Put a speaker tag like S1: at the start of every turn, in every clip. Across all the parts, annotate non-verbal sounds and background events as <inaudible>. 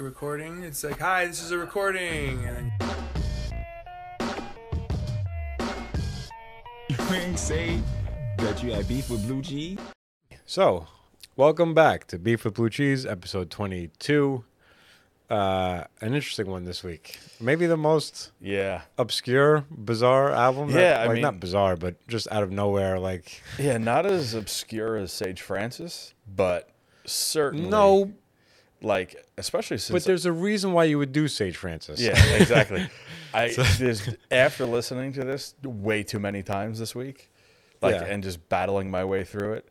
S1: recording. It's like, hi, this is a recording. And
S2: <laughs>
S1: then,
S2: Ring say that you had beef with Blue Cheese.
S3: So, welcome back to Beef with Blue Cheese, episode 22. Uh, an interesting one this week. Maybe the most
S2: Yeah,
S3: obscure, bizarre album. that-
S2: Yeah, I
S3: like not
S2: mean-
S3: bizarre, but just out of nowhere. Like,
S2: yeah, not as obscure as Sage Francis, but certainly
S3: no,
S2: like especially
S3: but
S2: since
S3: there's a reason why you would do Sage Francis.
S2: <laughs> yeah,
S3: <laughs>
S2: exactly. I there's, after listening to this way too many times this week, like
S3: Yeah.
S2: and just battling my way through it.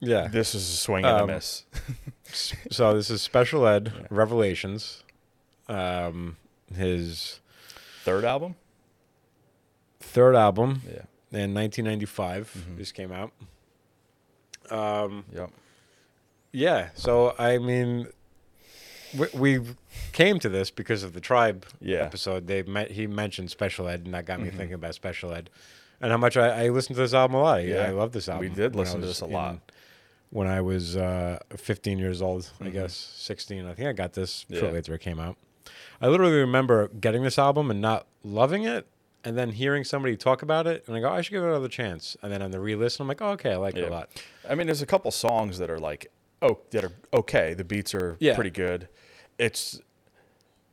S3: yeah.
S2: This is a swing and
S3: Um,
S2: a miss.
S3: So <laughs> this is Special Ed Revelations. Um, his
S2: Third album.
S3: third album
S2: Yeah.
S3: in 1995. This came out. Mm-hmm.
S2: Yep.
S3: Yeah. So I mean, we, we came to this because of the tribe
S2: Yeah. Mm-hmm.
S3: episode. They met. He mentioned special ed, and that got me thinking about special ed, and how much I, I listened to this album a lot. Yeah, I
S2: Yeah.
S3: love this
S2: We
S3: album.
S2: did
S3: when I
S2: listen to
S3: was
S2: this a lot.
S3: when I was uh, 15 years old, I guess 16. I think I got this
S2: Mm-hmm. Yeah.
S3: shortly after it came out. I literally remember getting this album and not loving it, and then hearing somebody talk about it, and I go, I should give it another chance. And then on the re-listen, I'm like, oh, okay, I like it
S2: Yeah.
S3: a
S2: <laughs>
S3: lot.
S2: I mean, there's a couple songs that are like, oh, that are okay. The beats are
S3: Yeah.
S2: pretty good. It's,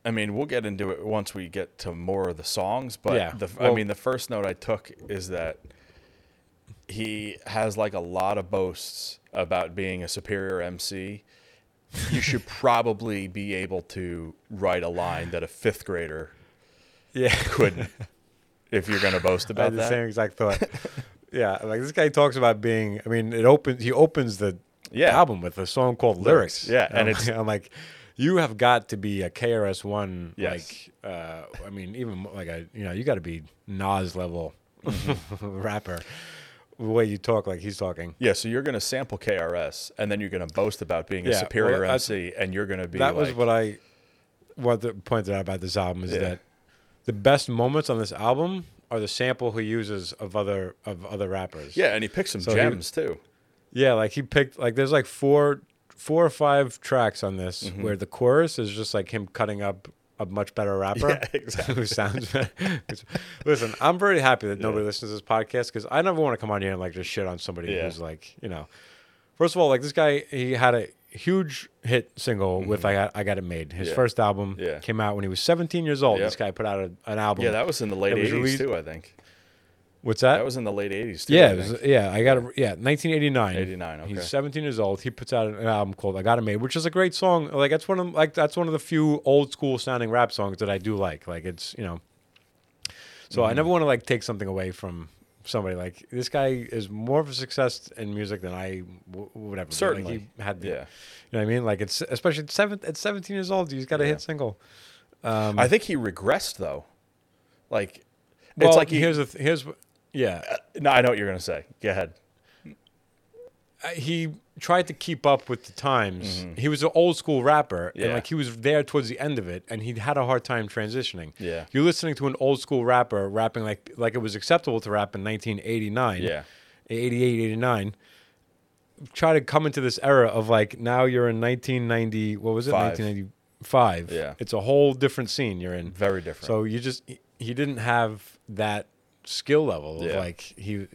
S2: I mean, we'll get into it once we get to more of the songs. But
S3: Yeah,
S2: the, I
S3: well-
S2: mean, the first note I took is that he has like a lot of boasts about being a superior MC.
S3: <laughs>
S2: You should probably be able to write a line that a fifth grader
S3: Yeah.
S2: couldn't. if you're going to boast
S3: I had
S2: about
S3: the
S2: that,
S3: same exact thought.
S2: <laughs>
S3: yeah, like this guy talks about being. I mean, it opens. He opens the
S2: Yeah.
S3: album with a song called Lyrics.
S2: Lyrics, yeah,
S3: I'm
S2: and it's-
S3: like- <laughs> I'm like, you have got to be a KRS One.
S2: Yes.
S3: Like, uh, I mean, even mo- like a you know, you got to be Nas
S2: <laughs>
S3: level rapper. The way you talk, like he's talking.
S2: Yeah, so you're going to sample KRS, and then you're going to boast about being a
S3: Yeah,
S2: superior
S3: well, that's-
S2: MC, and you're going to be
S3: that
S2: like,
S3: was what I what the pointed out about this album is
S2: Yeah.
S3: that the best moments on this album are the sample he uses of other of other rappers.
S2: yeah, and he picked some
S3: he-
S2: gems too.
S3: Yeah, like he picked like there's like four four or five tracks on this
S2: Mm-hmm.
S3: where the chorus is just like him cutting up a much better rapper
S2: Yeah, exactly.
S3: who sounds better. <laughs> Listen, I'm very happy that nobody listens to this podcast because I never want to come on here and like just shit on somebody
S2: Yeah.
S3: who's like, you know. First of all, like this guy, he had a huge hit single with I Got I Got It Made. His
S2: Mm-hmm. Yeah.
S3: first album
S2: Yeah.
S3: came out when he was 17 years old.
S2: Yep.
S3: This guy put out a, an album.
S2: Yeah, that was in the late
S3: It was
S2: 80s
S3: released-
S2: too, I think.
S3: What's
S2: That was in the late 80s too.
S3: yeah,
S2: I
S3: it was-
S2: think.
S3: yeah, I got yeah, 1989.
S2: 89, okay.
S3: He's 17 years old. He puts out an album called "I Got It Made," which is a great song. Like that's one of like that's one of the few old school sounding rap songs that I do like. Like it's you know, so
S2: Mm-hmm.
S3: I never want to like take something away from somebody. Like this guy is more of a success in music than I w- would ever. be. Like,
S2: Certainly.
S3: he had the,
S2: Yeah.
S3: you know what I mean. Like it's especially at seven at 17 years old. He's got a hit single. um,
S2: I think he regressed though. Like,
S3: Well,
S2: it's like he.
S3: here's the th- here's wh- yeah.
S2: no, I know what you're going to say. Go ahead.
S3: uh, he tried to keep up with the times. He was an old school rapper, and
S2: Mm-hmm. Yeah.
S3: like he was there towards the end of it, and he had a hard time transitioning.
S2: Yeah.
S3: you're listening to an old school rapper rapping like like it was acceptable to rap in 1989.
S2: Yeah.
S3: 88, 89. Try to come into this era of like now you're in 1990. What was it?
S2: Five.
S3: 1995.
S2: Yeah.
S3: it's a whole different scene you're in.
S2: Very different.
S3: So you just he- he didn't have that skill level. Of
S2: Yeah.
S3: Like he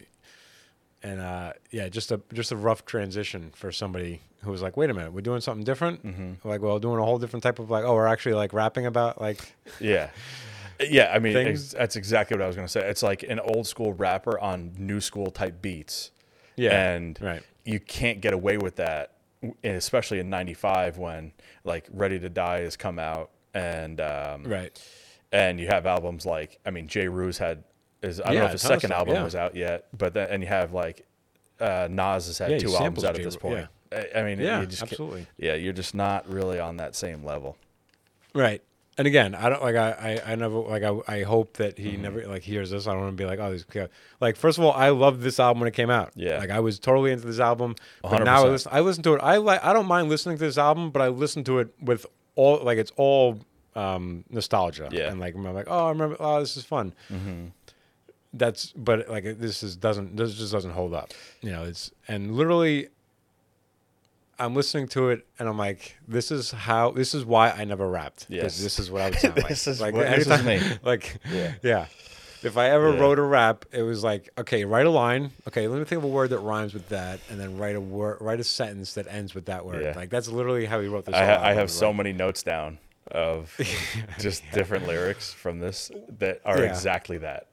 S3: and uh, yeah, just a just a rough transition for somebody who was like, wait a minute, we're doing something different. Like, well, doing a whole different type of like, oh, we're actually like rapping about like
S2: yeah. Yeah, I mean,
S3: Things-
S2: ex- that's exactly what I was going to say. It's like an old school rapper on new school type beats.
S3: yeah,
S2: and
S3: right.
S2: you can't get away with that w- and especially in 95 when like ready to die has come out and um
S3: right.
S2: and you have albums like i mean jay ruse had is i don't
S3: Yeah,
S2: know if his
S3: a ton of
S2: second
S3: stuff,
S2: album
S3: yeah.
S2: was out yet but then and you have like uh nas has had
S3: Yeah, he
S2: two albums
S3: samples
S2: out at
S3: J.
S2: this
S3: Ru-
S2: point I, I mean
S3: Yeah,
S2: you just can't-
S3: absolutely.
S2: yeah you're just not really on that same level
S3: Right. And again, I don't like I I, I never like I, I hope that he
S2: Mm-hmm.
S3: never like hears this. I don't want to be like oh this guy. like first of all I loved this album when it came out.
S2: Yeah.
S3: Like I was totally into this album. But now I
S2: 100%.
S3: listen I listen to it. I like I don't mind listening to this album, but I listen to it with all like it's all um nostalgia.
S2: Yeah.
S3: And like I'm like oh I remember oh this is fun. That's but like it- this is doesn't this just doesn't hold up. You know it's and literally I'm listening to it and I'm like, this is how, this is why I never rapped. 'cause
S2: Yes.
S3: This is what I would
S2: <laughs>
S3: sound like.
S2: This is
S3: like,
S2: what- this is me.
S3: <laughs> Like,
S2: Yeah.
S3: yeah. If I ever
S2: Yeah.
S3: wrote a rap, it was like, okay, write a line. Okay, let me think of a word that rhymes with that, and then write a word, write a sentence that ends with that word.
S2: Yeah.
S3: Like that's literally how he wrote this.
S2: I,
S3: whole
S2: ha- I
S3: album.
S2: have
S3: He
S2: so
S3: wrote-
S2: many notes down
S3: <laughs>
S2: of just different lyrics from this that are
S3: Yeah.
S2: exactly that.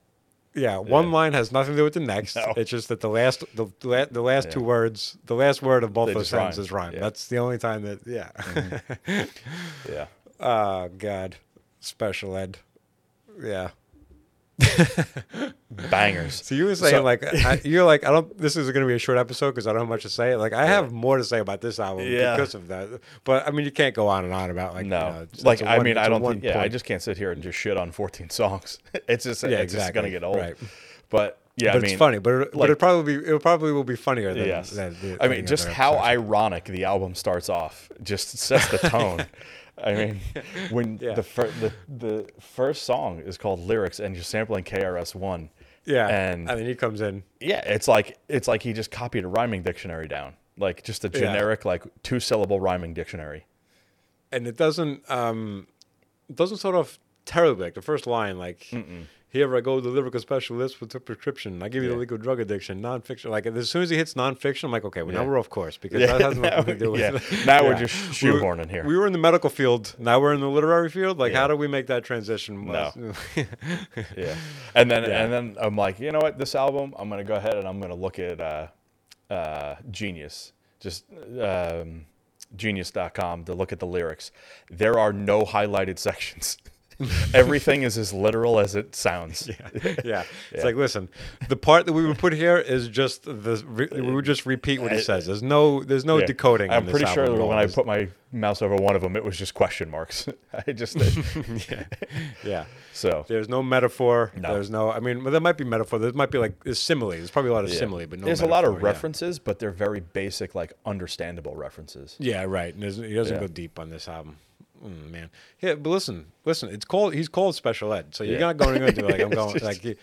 S3: Yeah, one line has nothing to do with the next.
S2: No.
S3: It's just that the last, the the la- the last two words, the last word of both
S2: They
S3: those
S2: just rhyme.
S3: sentences rhyme.
S2: Yeah. Mm-hmm.
S3: That's the only time that. Yeah. <laughs>
S2: Yeah.
S3: oh God, special ed. Yeah.
S2: Bangers.
S3: So you were saying
S2: So-
S3: like
S2: <laughs>
S3: I, you're like I don't. This is going to be a short episode because I don't have much to say. Like I have more to say about this album
S2: Yeah.
S3: because of that. But I mean, you can't go on and on about like
S2: No.
S3: You know, it's-
S2: like
S3: it's a
S2: I
S3: one-
S2: mean
S3: it's
S2: I
S3: a
S2: don't
S3: one
S2: think yeah, I
S3: point.
S2: just can't sit here and just shit on 14 <laughs> songs. It's just
S3: Yeah,
S2: it's just going
S3: exactly.
S2: to get old.
S3: Right.
S2: But yeah,
S3: But
S2: I mean
S3: it's funny. But it,
S2: like-
S3: but it probably be, it probably will be funnier than,
S2: Yes.
S3: than the-
S2: I
S3: any
S2: mean,
S3: other
S2: just how
S3: episode.
S2: ironic the album starts off just sets the tone.
S3: <laughs>
S2: I mean, when
S3: Yeah.
S2: the, fir- the the first song is called Lyrics and you're sampling KRS One.
S3: yeah.
S2: And
S3: I mean, he comes in.
S2: yeah, it's like it's like he just copied a rhyming dictionary down. Like just a generic, like two syllable rhyming dictionary.
S3: and it doesn't um it doesn't sort of terribly like the first line like here I go the lyrical specialist with a prescription I give you
S2: Yeah.
S3: the legal drug addiction nonfiction like as soon as he hits nonfiction I'm like okay well
S2: Yeah.
S3: now we're off course because
S2: Yeah,
S3: that has
S2: now
S3: nothing to do
S2: <laughs> we-
S3: with <laughs>
S2: yeah. Now we're just
S3: We were-
S2: shoehorning here.
S3: we were in the medical field now we're in the literary field like
S2: Yeah.
S3: how do we make that transition
S2: No. Yeah. And then and then I'm like, you know what, this album, I'm gonna go ahead and I'm gonna look at uh, uh, Genius, just um, Genius.com to look at the lyrics. There are no highlighted sections. <laughs> Everything is as literal as it sounds.
S3: <laughs> yeah.
S2: <laughs> Yeah.
S3: it's like listen, the part that we would put here is just the re- we would just repeat what he says. There's no there's no
S2: Yeah.
S3: decoding.
S2: I'm
S3: in this
S2: pretty sure
S3: album at
S2: that
S3: all.
S2: when I
S3: There's-
S2: put my mouse over one of them, it was just question marks. <laughs> I just
S3: <laughs> yeah.
S2: so
S3: There's no metaphor.
S2: No.
S3: There's no. I mean, well, there might be metaphor. There might be like there's simile. There's probably a lot of
S2: Yeah.
S3: simile, but no.
S2: There's a lot of
S3: metaphor, yeah.
S2: references, but they're very basic, like understandable references.
S3: Yeah, right. And there's- he doesn't
S2: Yeah.
S3: go deep on this album. Mm, man, yeah, but listen, listen. It's called. He's called special ed, so you're
S2: Yeah.
S3: not going into
S2: <laughs>
S3: like I'm going
S2: just-
S3: like. You,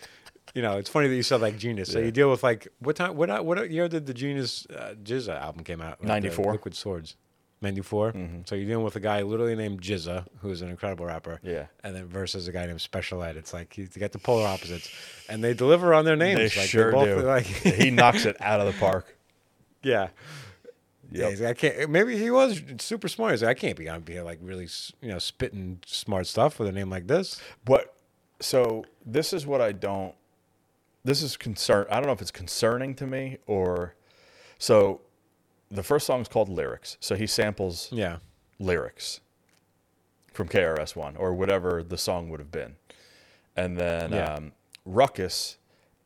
S3: you know, it's funny that you said like genius. So
S2: Yeah.
S3: you deal with like what time? What what year did the genius uh, Jizza album came out? Like, the
S2: 94.
S3: Liquid Swords. 94.
S2: Mm-hmm.
S3: So you're dealing with a guy literally named Jizza, who is an incredible rapper.
S2: Yeah.
S3: And then versus a guy named Special Ed. It's like you got the polar opposites, and they deliver on their names.
S2: They
S3: like, they're
S2: sure
S3: both, <laughs>
S2: do.
S3: Like
S2: he knocks it out of the park.
S3: Yeah. Yeah,
S2: Yep.
S3: he's like, I can't. Maybe he was super smart. He's like, I can't be on here like really, s- you know, spitting smart stuff with a name like this.
S2: What? So this is what I don't. This is concern. I don't know if it's concerning to me or. So, the first song is called "Lyrics." So he samples
S3: Yeah,
S2: lyrics from KRS One or whatever the song would have been, and then
S3: Yeah.
S2: um, "Ruckus"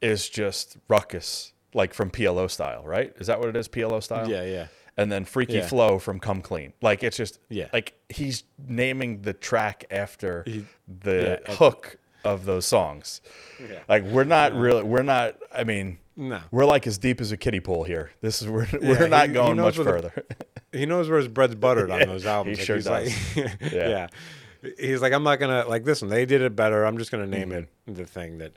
S2: is just "Ruckus," like from PLO style, right? Is that what it is? PLO style.
S3: yeah, yeah,
S2: and then Freaky
S3: Yeah.
S2: Flow from Come Clean. Like it's just
S3: Yeah.
S2: like he's naming the track after
S3: He-
S2: the
S3: yeah, I-
S2: hook of those songs.
S3: Yeah.
S2: Like we're not really we're not I mean
S3: No.
S2: We're like as deep as a kiddie pool here. This is we're, <laughs>
S3: Yeah,
S2: we're not
S3: he- he
S2: going much
S3: knows where the-
S2: further. <laughs>
S3: He knows where his bread's buttered on those albums.
S2: he
S3: Like,
S2: sure
S3: he's Like, <laughs>
S2: Yeah.
S3: yeah. he's like, I'm not gonna like. Listen, they did it better. I'm just gonna name
S2: Mm-hmm.
S3: it the thing that.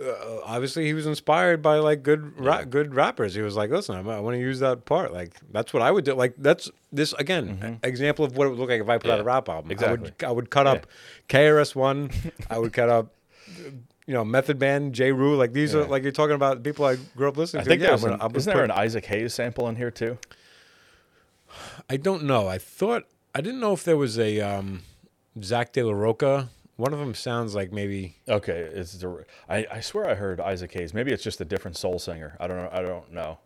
S3: Uh, obviously, he was inspired by like good ra- good rappers. He was like, listen, I'm, I want to use that part. Like that's what I would do. Like that's this again a- example of what it would look like if I put out a
S2: Mm-hmm. Yeah,
S3: rap album. I would
S2: exactly.
S3: I would cut up KRS
S2: <laughs>
S3: One. I would cut up. You know, Method Man, J. Rue, like these are
S2: Yeah.
S3: like you're talking about people I grew up listening
S2: I
S3: to.
S2: think
S3: yeah,
S2: there's
S3: I'm
S2: an,
S3: gonna- I'm
S2: isn't
S3: gonna
S2: there
S3: put-
S2: an Isaac Hayes sample in here too?
S3: I don't know. I thought I didn't know if there was a um, Zach De La Roca. One of them sounds like maybe.
S2: Okay, it's the, I, I swear I heard Isaac Hayes. Maybe it's just a different soul singer. I don't know. I don't know.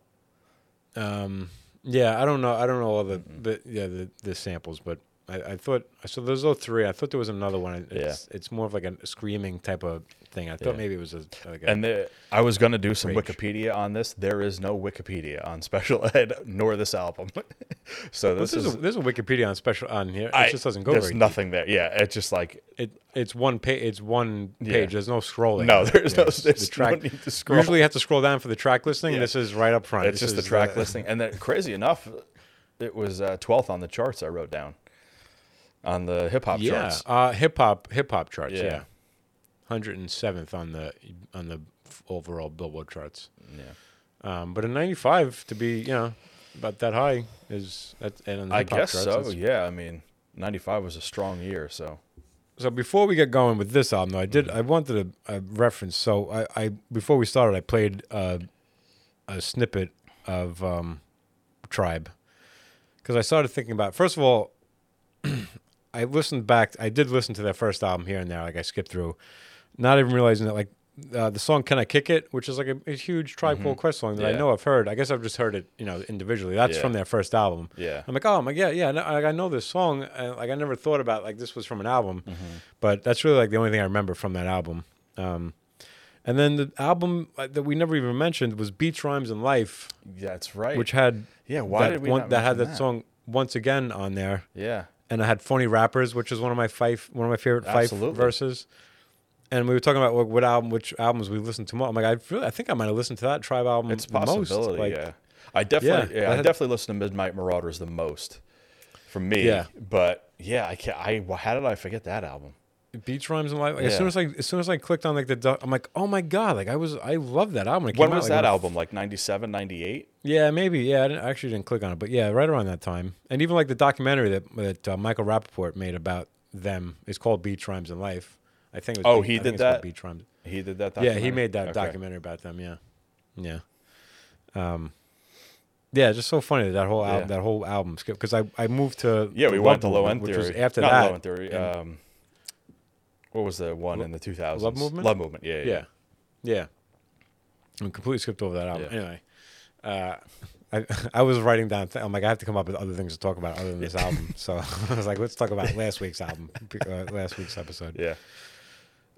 S3: Um, yeah, I don't know. I don't know all the, the yeah the, the samples, but I, I thought so. There's those three. I thought there was another one. It's, it's more of like a screaming type of thing. I thought
S2: Yeah.
S3: maybe it was a. Like a
S2: And the, I was going to do some
S3: Range.
S2: Wikipedia on this. There is no Wikipedia on Special <laughs> Ed nor this album. <laughs> so
S3: But
S2: this
S3: there's,
S2: is
S3: a, there's a Wikipedia on special on here. It
S2: I-
S3: just doesn't go
S2: There's
S3: very. deep.
S2: nothing there. Yeah, it's just like
S3: It it's one page. It's one page. There's no scrolling.
S2: No, there's no-
S3: it's
S2: there's no need to scroll.
S3: Usually you have to scroll down for the track listing.
S2: Yeah.
S3: This is right up front.
S2: it's
S3: This
S2: just the
S3: is
S2: track listing. And then crazy enough, it was uh, 12th on the charts. I wrote down on the hip hop
S3: yeah,
S2: charts.
S3: uh, hip hop hip hop charts.
S2: Yeah.
S3: Yeah. hundred and seventh on the on the overall Billboard charts.
S2: Yeah.
S3: Um, but in '95 to be you know about that high is that and on the
S2: I
S3: hip-hop
S2: guess
S3: charts,
S2: so.
S3: that's-
S2: Yeah, I mean, '95 was a strong year, so
S3: So before we get going with this album, though, I
S2: Mm-hmm.
S3: did I wanted to uh, reference. So I, I before we started, I played uh, a snippet of um, Tribe because I started thinking about. First of all, <clears throat> I listened back. I did listen to their first album here and there. Like I skipped through, not even realizing that like uh, the song "Can I Kick It," which is like a, a huge Tribe Called Quest song that I
S2: Mm-hmm. Yeah.
S3: know I've heard. I guess I've just heard it, you know, individually. That's
S2: Yeah.
S3: from their first album.
S2: Yeah.
S3: I'm like, oh, I'm like, yeah, yeah. I know, like, I know this song. Uh, like I never thought about like this was from an album,
S2: Mm-hmm.
S3: but that's really like the only thing I remember from that album. Um, and then the album like, that we never even mentioned was Beats, Rhymes, and Life,
S2: that's right.
S3: which had
S2: Yeah, why
S3: that
S2: did we
S3: one,
S2: not
S3: that had that,
S2: mention that?
S3: song once again on there,
S2: yeah,
S3: and I had Phony Rappers, which is one of my five one of my favorite five
S2: Absolutely.
S3: verses. And we were talking about like, what album, which albums we listened to. More. I'm like, I really, I think I might have listened to that Tribe album.
S2: it's a
S3: the most.
S2: possibility.
S3: Like,
S2: yeah, I definitely,
S3: Yeah,
S2: yeah,
S3: that
S2: I
S3: had-
S2: definitely listen to Midnight Marauders the most for me.
S3: Yeah.
S2: but yeah, I can't. I well, how did I forget that album?
S3: Beach Rhymes and Life. Like, As
S2: Yeah.
S3: soon as I as soon as I clicked on like the, doc- I'm like, oh my god, like I was I love that album. When, it
S2: When
S3: came out,
S2: was
S3: like,
S2: that
S3: it
S2: album? Like 97, 98?
S3: Yeah, maybe. Yeah, I, didn't, I actually didn't click on it, but yeah, right around that time. And even like the documentary that that uh, Michael Rappaport made about them is called Beach Rhymes and Life. I think. It was
S2: Oh, he
S3: I think
S2: did
S3: it's called
S2: that?
S3: Beach Rhymes.
S2: He did that.
S3: Yeah, he
S2: documentary?
S3: made that
S2: Okay.
S3: documentary about them. Yeah, yeah, um, yeah. Just so funny that, that whole album,
S2: Yeah.
S3: that whole album skip because I, I moved to
S2: Yeah, we
S3: Love
S2: went to Low
S3: Movement,
S2: End Theory,
S3: which was after
S2: Not
S3: that.
S2: Low End Theory.
S3: and-
S2: Um, what was the one in the two thousands?
S3: Love Movement?
S2: Love Movement. Yeah, yeah.
S3: Yeah. Yeah. I completely skipped over that album.
S2: Yeah.
S3: Anyway, uh, I <laughs> I was writing down. Th- I'm like, I have to come up with other things to talk about other than this album. So <laughs> I was like, let's talk about last week's album, p- uh, last week's episode.
S2: yeah.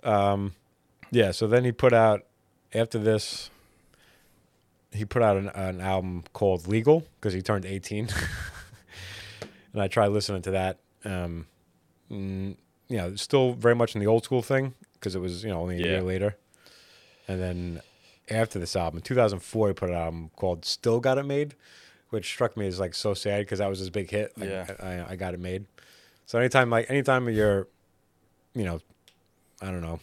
S3: Yeah. So then he put out after this. He put out an, an album called Legal because he turned 18, <laughs> and I tried listening to that. Um, mm, you know, still very much in the old school thing because it was you know only a
S2: Yeah.
S3: year later. And then after this album, in 2004, he put out an album called Still Got It Made, which struck me as like so sad because that was his big hit. Like,
S2: Yeah.
S3: I, I, I got it made. So anytime like anytime you're, you know, I don't know,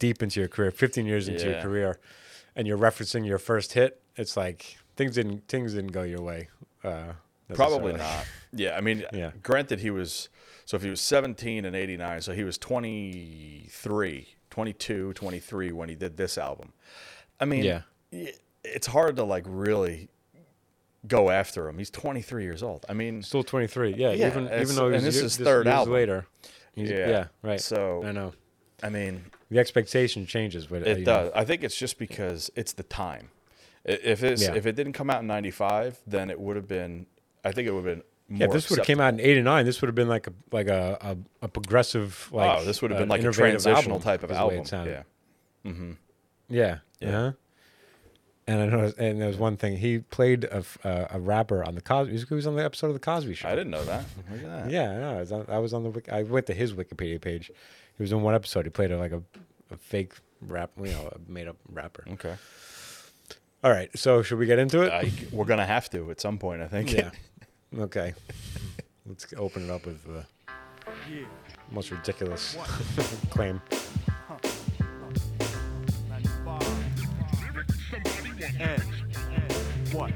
S3: deep into your career, 15 years into your
S2: Yeah.
S3: career, and you're referencing your first hit, it's like things didn't things didn't go your way. Uh,
S2: Probably
S3: necessarily.
S2: not. <laughs> Yeah, I mean,
S3: Yeah.
S2: granted he was so if he was 17 and 89, so he was 23, 22, 23 when he did this album. I mean,
S3: Yeah.
S2: y- it's hard to like really go after him. He's 23 years old. I mean,
S3: Still 23. Yeah,
S2: Yeah,
S3: even
S2: it's-
S3: even though he's
S2: and this
S3: year-
S2: is third
S3: years
S2: album.
S3: later. He's, yeah.
S2: Yeah.
S3: right.
S2: So-
S3: I know
S2: I mean,
S3: the expectation changes, but uh,
S2: it
S3: you know,
S2: does. I think it's just because it's the time. I- If it's,
S3: Yeah.
S2: if it didn't come out in 95, then it would have been I think it would have been more
S3: Yeah, if this would have came out in '89, this would have been like a like a a, a progressive like.
S2: Oh, this would have
S3: uh,
S2: been like a
S3: innovative
S2: transitional
S3: album,
S2: type of
S3: is the way it
S2: album.
S3: sounded.
S2: Yeah.
S3: Yeah.
S2: Yeah.
S3: Uh-huh. And I noticed, and there was one thing. He played a, f- uh, a rapper on the Cosby. He was on the episode of the Cosby Show.
S2: I didn't know that. Look at that.
S3: Yeah, I know. I was on, I was on the. Wik- I went to his Wikipedia page. He was in one episode. He played a, like a, a fake rap, you know, a made up rapper.
S2: Okay.
S3: All right. So should we get into it?
S2: I, we're gonna have to at some point, I think.
S3: yeah. <laughs> Okay. Let's open it up with the
S4: Yeah.
S3: most ridiculous <laughs> claim.
S4: 95. And what?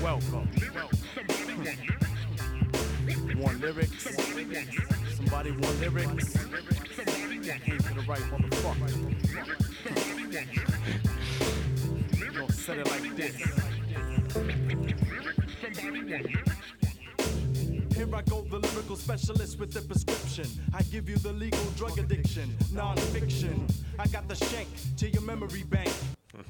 S4: Welcome. Want lyrics? Somebody want lyrics? Came to the right motherfucker. Don't set it like this. Here I go, the lyrical specialist with the prescription. I give you the legal drug addiction, non-fiction. I got the shank to your memory bank.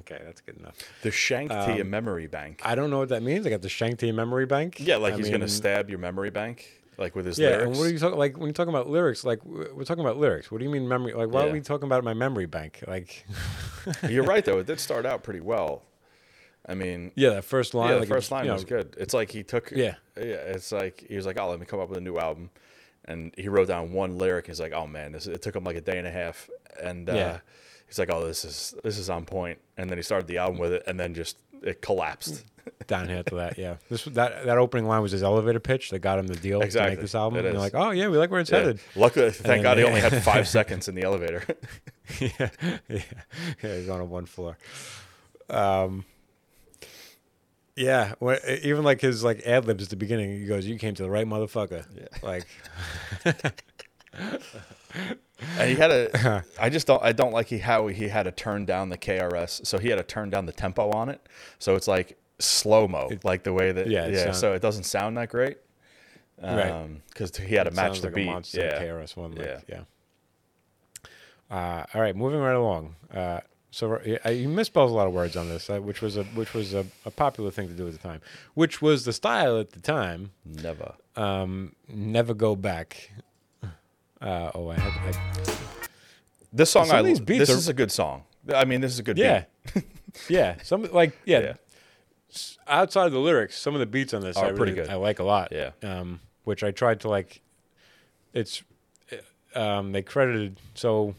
S3: Okay, that's good enough.
S2: <laughs> The shank to
S3: Um,
S2: your memory bank.
S3: I don't know what that means. I got the shank to your memory bank.
S2: yeah, like
S3: I
S2: he's gonna
S3: mean,
S2: stab your memory bank, like with his
S3: Yeah,
S2: lyrics.
S3: and what are you talking like when you're talking about lyrics? Like w- we're talking about lyrics. What do you mean memory? Like why are
S2: Yeah.
S3: we talking about my memory bank? Like <laughs>
S2: You're right though. It did start out pretty well. I mean,
S3: yeah, that first line.
S2: yeah, the
S3: like,
S2: first
S3: it's,
S2: line
S3: you
S2: was
S3: know,
S2: good. It's like he took.
S3: Yeah.
S2: yeah. It's like he was like, "Oh, let me come up with a new album," and he wrote down one lyric. He's like, "Oh man, this." It took him like a day and a half, and uh,
S3: Yeah.
S2: he's like, "Oh, this is this is on point." And then he started the album with it, and then just it collapsed.
S3: down here to that. Yeah, this that that opening line was his elevator pitch that got him the deal to make
S2: Exactly.
S3: this album.
S2: It
S3: and they're
S2: is.
S3: like, oh yeah, we like where it's
S2: Yeah.
S3: headed. <laughs>
S2: Luckily,
S3: then
S2: thank God he
S3: they-
S2: only
S3: <laughs>
S2: had <laughs> five seconds in the elevator.
S3: yeah, yeah, he's on a one floor. Um, Yeah, when, even like his like ad libs at the beginning, he goes, "You came to the right motherfucker." Yeah. Like,
S2: And he had
S3: <laughs> Uh-huh.
S2: a. I just don't. I don't like he how he had to turn down the KRS. So he had to turn down the tempo on it. So it's like slow mo, like the way that.
S3: yeah,
S2: Yeah.
S3: it
S2: yeah
S3: sound-
S2: so it doesn't sound that great. Um,
S3: Right.
S2: Because he had to match
S3: sounds
S2: the
S3: like
S2: beat.
S3: A monster
S2: yeah.
S3: KRS One. Like, yeah.
S2: Yeah.
S3: Uh, all right, moving right along. Uh, so uh, you misspelled a lot of words on this, uh, which was a which was a, a popular thing to do at the time, which was the style at the time.
S2: Never.
S3: Um, never go back. Uh, oh, I had. I,
S2: This song,
S3: some
S2: I.
S3: of these
S2: l-
S3: beats
S2: this
S3: are-
S2: is a good song. I mean, this is a good.
S3: Yeah.
S2: Beat.
S3: <laughs> yeah. Some like yeah,
S2: Yeah.
S3: s- Outside of the lyrics, some of the beats on this
S2: Are
S3: I
S2: pretty
S3: really-
S2: good.
S3: I like a lot.
S2: Yeah.
S3: Um, which I tried to like. It's, uh, um, they credited so.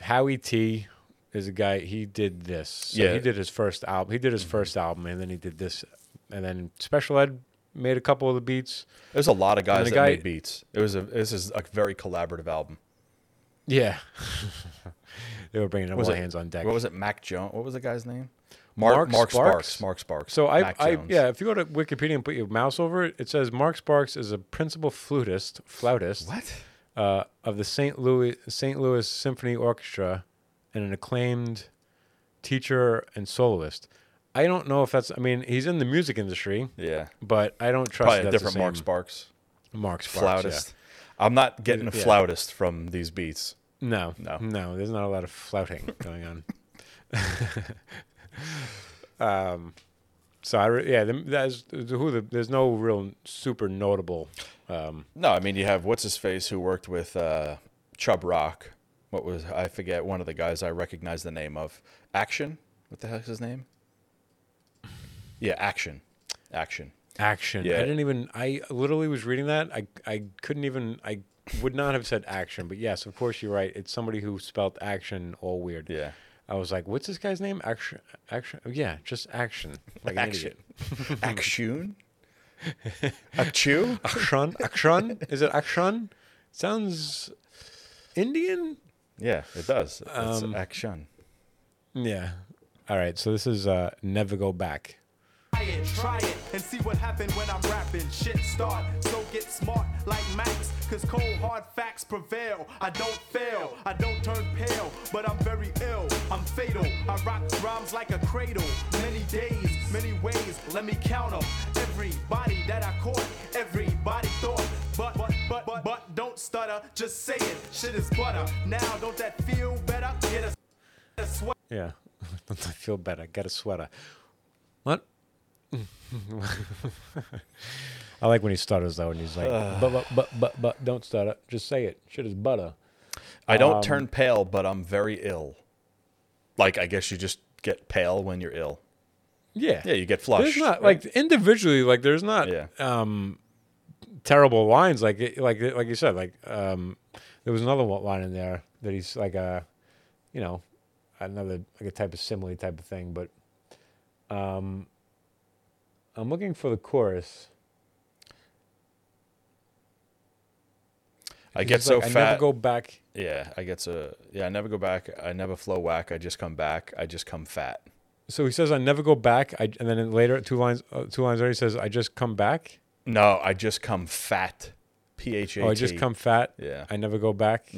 S3: Howie T is a guy. He did this. So
S2: Yeah. Mm-hmm.
S3: He did his first album. He did his first album, and then he did this, and then Special Ed made a couple of the beats.
S2: There's a lot of guys
S3: the
S2: that
S3: guy-
S2: made beats. It was a. This is a very collaborative album.
S3: Yeah. <laughs> they were bringing up all
S2: it-
S3: hands on deck.
S2: What was it? Mac Jones. What was the guy's name? Mark,
S3: Mark
S2: Mark,
S3: Sparks?
S2: Sparks? Mark Sparks.
S3: So I,
S2: Mac
S3: I
S2: Jones.
S3: yeah, if you go to Wikipedia and put your mouse over it, it says Mark Sparks is a principal flutist, flautist,
S2: What?
S3: uh, of the St. Louis St. Louis Symphony Orchestra, and an acclaimed teacher and soloist. I don't know if that's. I mean, he's in the music industry,
S2: Yeah.
S3: but I don't trust.
S2: Probably
S3: that
S2: a
S3: that's the
S2: different Mark
S3: same
S2: Sparks.
S3: Mark Sparks. yeah.
S2: Flautist. I'm not getting a
S3: Yeah.
S2: flautist from these beats.
S3: No,
S2: No.
S3: no. There's not a lot of flouting <laughs> going on. um, Um, so I re- yeah, the- that's who the, there's no real super notable. Um,
S2: No, I mean you have what's his face who worked with uh, Chub Rock. What was I forget one of the guys I recognize the name of Action. What the heck's his name? Yeah, Action. Action.
S3: action. I
S2: Yeah.
S3: didn't even. I literally was reading that. I I couldn't even. I would not have said action, but yes, of course you're right. It's somebody who spelled action all weird.
S2: Yeah.
S3: I was like, what's this guy's name? Action. Action. oh, Yeah, just action. Like an
S2: action.
S3: idiot.
S2: <laughs> <laughs> Action. Achu? <laughs>
S3: Akshan. Akshan. Is it Akshan? Sounds Indian.
S2: Yeah, it does. It's action.
S3: Yeah. All right. So this is uh, Never Go Back.
S4: Try it, try it, and see what happened when I'm rapping. Shit start, so get smart like Max, cause cold hard facts prevail. I don't fail, I don't turn pale, but I'm very ill. I'm fatal, I rock rhymes like a cradle. Many days, many ways, let me count 'em. Everybody that I caught, everybody thought. But, but, but, but, but, don't stutter, just say it. Shit is butter. Now, don't that feel better? Get a, a sweat.
S3: Yeah. <laughs> I feel better. Get a sweater. What? <laughs> I like when he stutters though, and he's like, but, but, but, but, but, don't stutter. Just say it. Shit is butter.
S2: I don't turn pale, but I'm very ill. Like I guess you just get pale when you're ill.
S3: Yeah.
S2: Yeah, you get
S3: There's
S2: flushed.
S3: not like
S2: right?
S3: individually, like there's not
S2: Yeah.
S3: um terrible lines like it- like like you said, like um there was another one line in there that he's like a you know, another like a type of simile type of thing, but um I'm looking for the chorus.
S2: I
S3: He's
S2: get
S3: just
S2: so
S3: like,
S2: fat.
S3: I never go back.
S2: Yeah, I get to. Yeah, I never go back. I never flow whack. I just come back. I just come fat.
S3: So he says, "I never go back." I, and then later, two lines, uh, two lines later, he says, "I just come back."
S2: No, I just come fat. P H A T. Mm.
S3: Oh, I just come fat.
S2: Yeah. Mm-hmm.
S3: I never go back.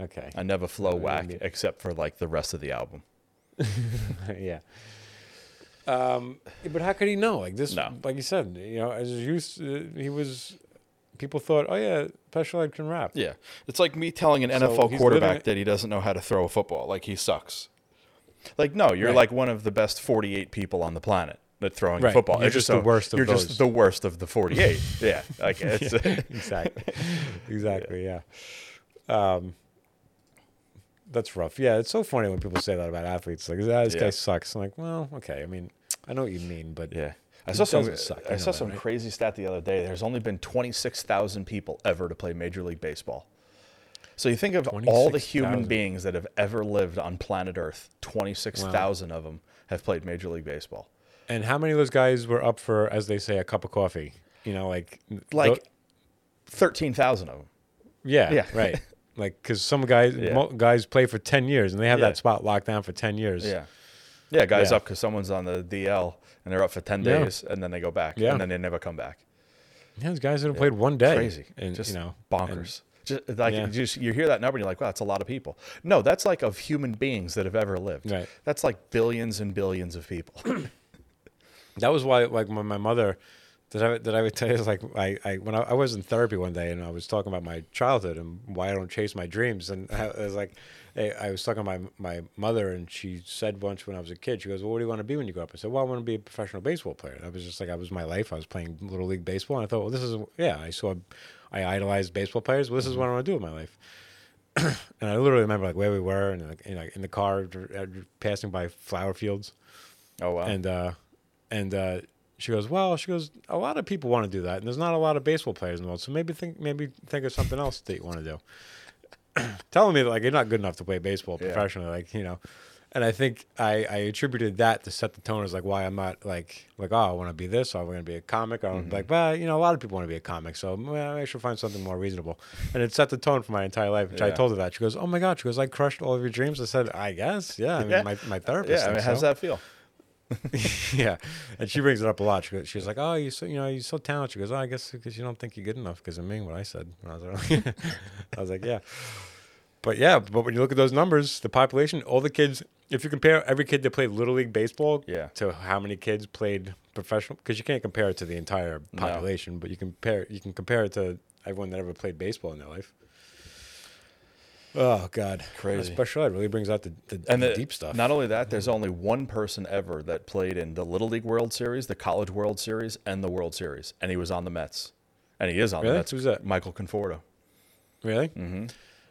S3: Okay.
S2: I never flow whack
S3: mean-
S2: except for like the rest of the album.
S3: <laughs> yeah. Um, but how could he know? Like this,
S2: No.
S3: like you said, you know, as a youth, uh, he was. People thought, oh yeah, special ed can rap.
S2: Yeah, it's like me telling an
S3: So he's
S2: NFL
S3: living
S2: quarterback
S3: it-
S2: that he doesn't know how to throw a football. Like he sucks. Like no, you're
S3: Right.
S2: like one of the best 48 people on the planet at throwing
S3: Right.
S2: a football.
S3: You're
S2: It's
S3: just the worst of
S2: You're
S3: those.
S2: just the worst of the 48. yeah, like <laughs>
S3: <laughs>
S2: it's <laughs>
S3: Exactly. exactly. Yeah. Um, that's rough. Yeah, it's so funny when people say that about athletes. Like, ah, this guy
S2: Yeah.
S3: sucks. I'm like, well, okay. I mean, I know what you mean, but
S2: Yeah. I
S3: It
S2: saw some.
S3: doesn't suck, I
S2: I
S3: know
S2: saw
S3: that,
S2: some
S3: right?
S2: crazy stat the other day. There's only been 26,000 people ever to play Major League Baseball. So you think of all the human
S3: 26,000.
S2: beings that have ever lived on planet Earth, 26,000 of them have played Major League Baseball.
S3: And how many of those guys were up for, as they say, a cup of coffee? You know, like,
S2: Like
S3: tho-
S2: 13,000 of them.
S3: yeah,
S2: yeah.
S3: <laughs>
S2: <laughs>
S3: right. Like, because some guys
S2: Yeah.
S3: mo- guys play for ten years and they have
S2: Yeah.
S3: that spot locked down for ten years.
S2: Yeah. Yeah, guys
S3: Yeah.
S2: up because someone's on the DL and they're up for 10
S3: Yeah.
S2: days and then they go back
S3: Yeah.
S2: and then they never come back.
S3: yeah there's guys that have played one day.
S2: Crazy.
S3: and
S2: just
S3: you know
S2: bonkers. just like
S3: Yeah.
S2: you just you hear that number and you're like, wow, that's a lot of people. No, that's like of human beings that have ever lived.
S3: Right.
S2: That's like billions and billions of people. <clears throat>
S3: that was why like my, my mother did I did I ever tell you like I, I when I, I was in therapy one day and I was talking about my childhood and why I don't chase my dreams and <laughs> I, was like I, I was talking to my my mother and she said once when I was a kid she goes well what do you want to be when you grow up I said well I want to be a professional baseball player and I was just like I was my life I was playing little league baseball and I thought well this is yeah I saw I idolized baseball players well this is what I want to do with my life <clears throat> and I literally remember like where we were and like you know, in the car uh, passing by flower fields
S2: oh, wow.
S3: and uh, and uh, she goes, well, she goes, a lot of people want to do that, and there's not a lot of baseball players in the world, so maybe think maybe think of something else that you want to do. <clears throat> Telling me that, like you're not good enough to play baseball
S2: Yeah.
S3: professionally, like you know, and I think I, I attributed that to set the tone as like why I'm not like like oh I want to be this, or I'm going to be a comic, or
S2: Mm-hmm.
S3: I'm like well you know a lot of people want to be a comic, so well, I should find something more reasonable, and it set the tone for my entire life. Which I
S2: Yeah.
S3: told her that she goes, oh my god, she goes, I crushed all of your dreams. I said, I guess, yeah, I mean,
S2: Yeah.
S3: my my therapist,
S2: yeah, I mean,
S3: thinks
S2: how's
S3: so
S2: that feel?
S3: <laughs> yeah, and she brings it up a lot. She goes, she's like, "Oh, you so you know you're so talented." She goes, "Oh, I guess because you don't think you're good enough because of me what I said." And I was like, <laughs> I was like, "Yeah," but yeah, but when you look at those numbers, the population, all the kids, if you compare every kid that played little league baseball
S2: Yeah.
S3: to how many kids played professional, because you can't compare it to the entire population, but you compare you can compare it to everyone that ever played baseball in their life. Oh God,
S2: Crazy.
S3: Special ed really brings out the, the,
S2: and
S3: the
S2: the,
S3: deep stuff.
S2: Not only that, there's only one person ever that played in the Little League World Series, the College World Series, and the World Series, and he was on the Mets, and he is on
S3: Really?
S2: the Mets.
S3: Who's that?
S2: Michael Conforto.
S3: Really? Mm-hmm.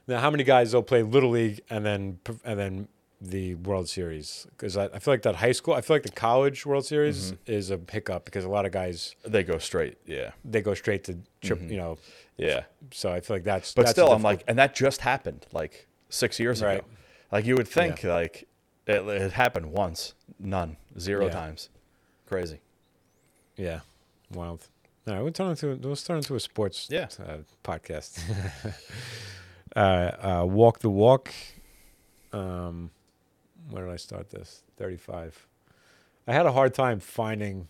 S3: Now, how many guys will play little league and then and then the World Series? Because I, I feel like that high school, I feel like the college World Series
S2: Mm-hmm.
S3: is a hiccup because a lot of guys
S2: They go straight. Yeah,
S3: they go straight to trip, you know.
S2: yeah.
S3: So I feel like that's
S2: Mm-hmm. But
S3: that's a
S2: still, I'm
S3: difficult-
S2: like, and that just happened like six years
S3: Right.
S2: ago. Like you would think, like it, it happened once, none, zero
S3: Yeah.
S2: times. Crazy.
S3: yeah, wild. All right, we'll turn into let's turn into a sports
S2: Yeah.
S3: uh, podcast. <laughs> uh, uh, walk the walk. Um, where did I start this? Thirty-five. I had a hard time finding.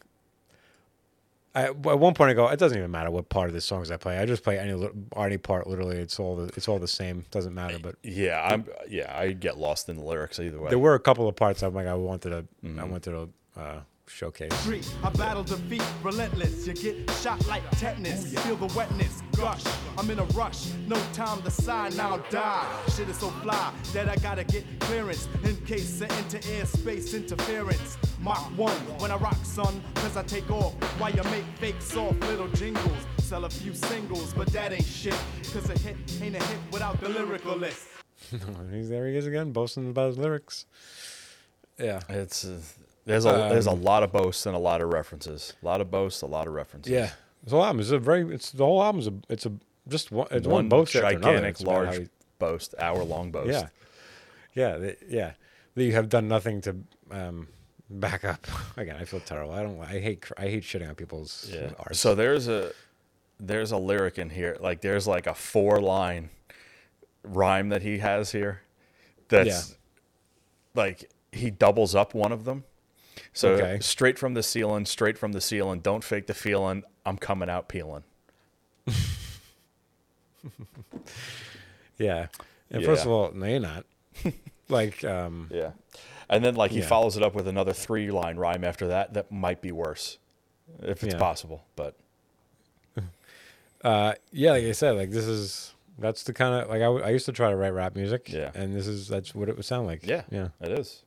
S3: I, at one point, I go, it doesn't even matter what part of the songs I play. I just play any lit- any part. Literally, it's all the, it's all the same. Doesn't matter. But
S2: Yeah, I'm. Yeah, I get lost in the lyrics either way.
S3: there were a couple of parts I'm like, I wanted to, I wanted to uh, showcase.
S4: Street, I battle defeat, relentless. You get shot like tetanus. Feel the wetness, gush. I'm in a rush, no time to sign, now die. Shit is so fly that I gotta get clearance in case of inter-air space interference. Mach one when I rock, son, cause I take off. While you make fake soft little jingles, sell a few singles, but that ain't shit. Cause a hit ain't a hit without the lyrical list.
S3: He's- there he is again, boasting about his lyrics. Yeah.
S2: It's uh, there's a there's
S3: Um,
S2: a lot of boasts and a lot of references. A lot of boasts, a lot of references.
S3: Yeah, this whole album is a very. It's the whole album's a. It's a just one. It's one, boast after another.
S2: gigantic,
S3: It's about how
S2: large boast, hour long boast.
S3: he- yeah, yeah, the, yeah. That you have done nothing to um, back up. <laughs> Again, I feel terrible. I don't. I hate. cr- I hate shitting on people's
S2: Yeah.
S3: art.
S2: So there's a there's a lyric in here, like there's like a four line rhyme that he has here. That's like he doubles up one of them. So
S3: Okay.
S2: straight from the ceiling, straight from the ceiling. Don't fake the feeling. I'm coming out peeling.
S3: yeah. And first of
S2: Yeah.
S3: all, no, you're not. <laughs> like, um,
S2: Yeah. And then like he
S3: Yeah.
S2: follows it up with another three line rhyme after that that might be worse if it's
S3: Yeah.
S2: possible, but
S3: uh, yeah, like I said, like this is that's the kind of like I, w- I used to try to write rap music.
S2: Yeah.
S3: And this is that's what it would sound like.
S2: yeah,
S3: Yeah.
S2: it is.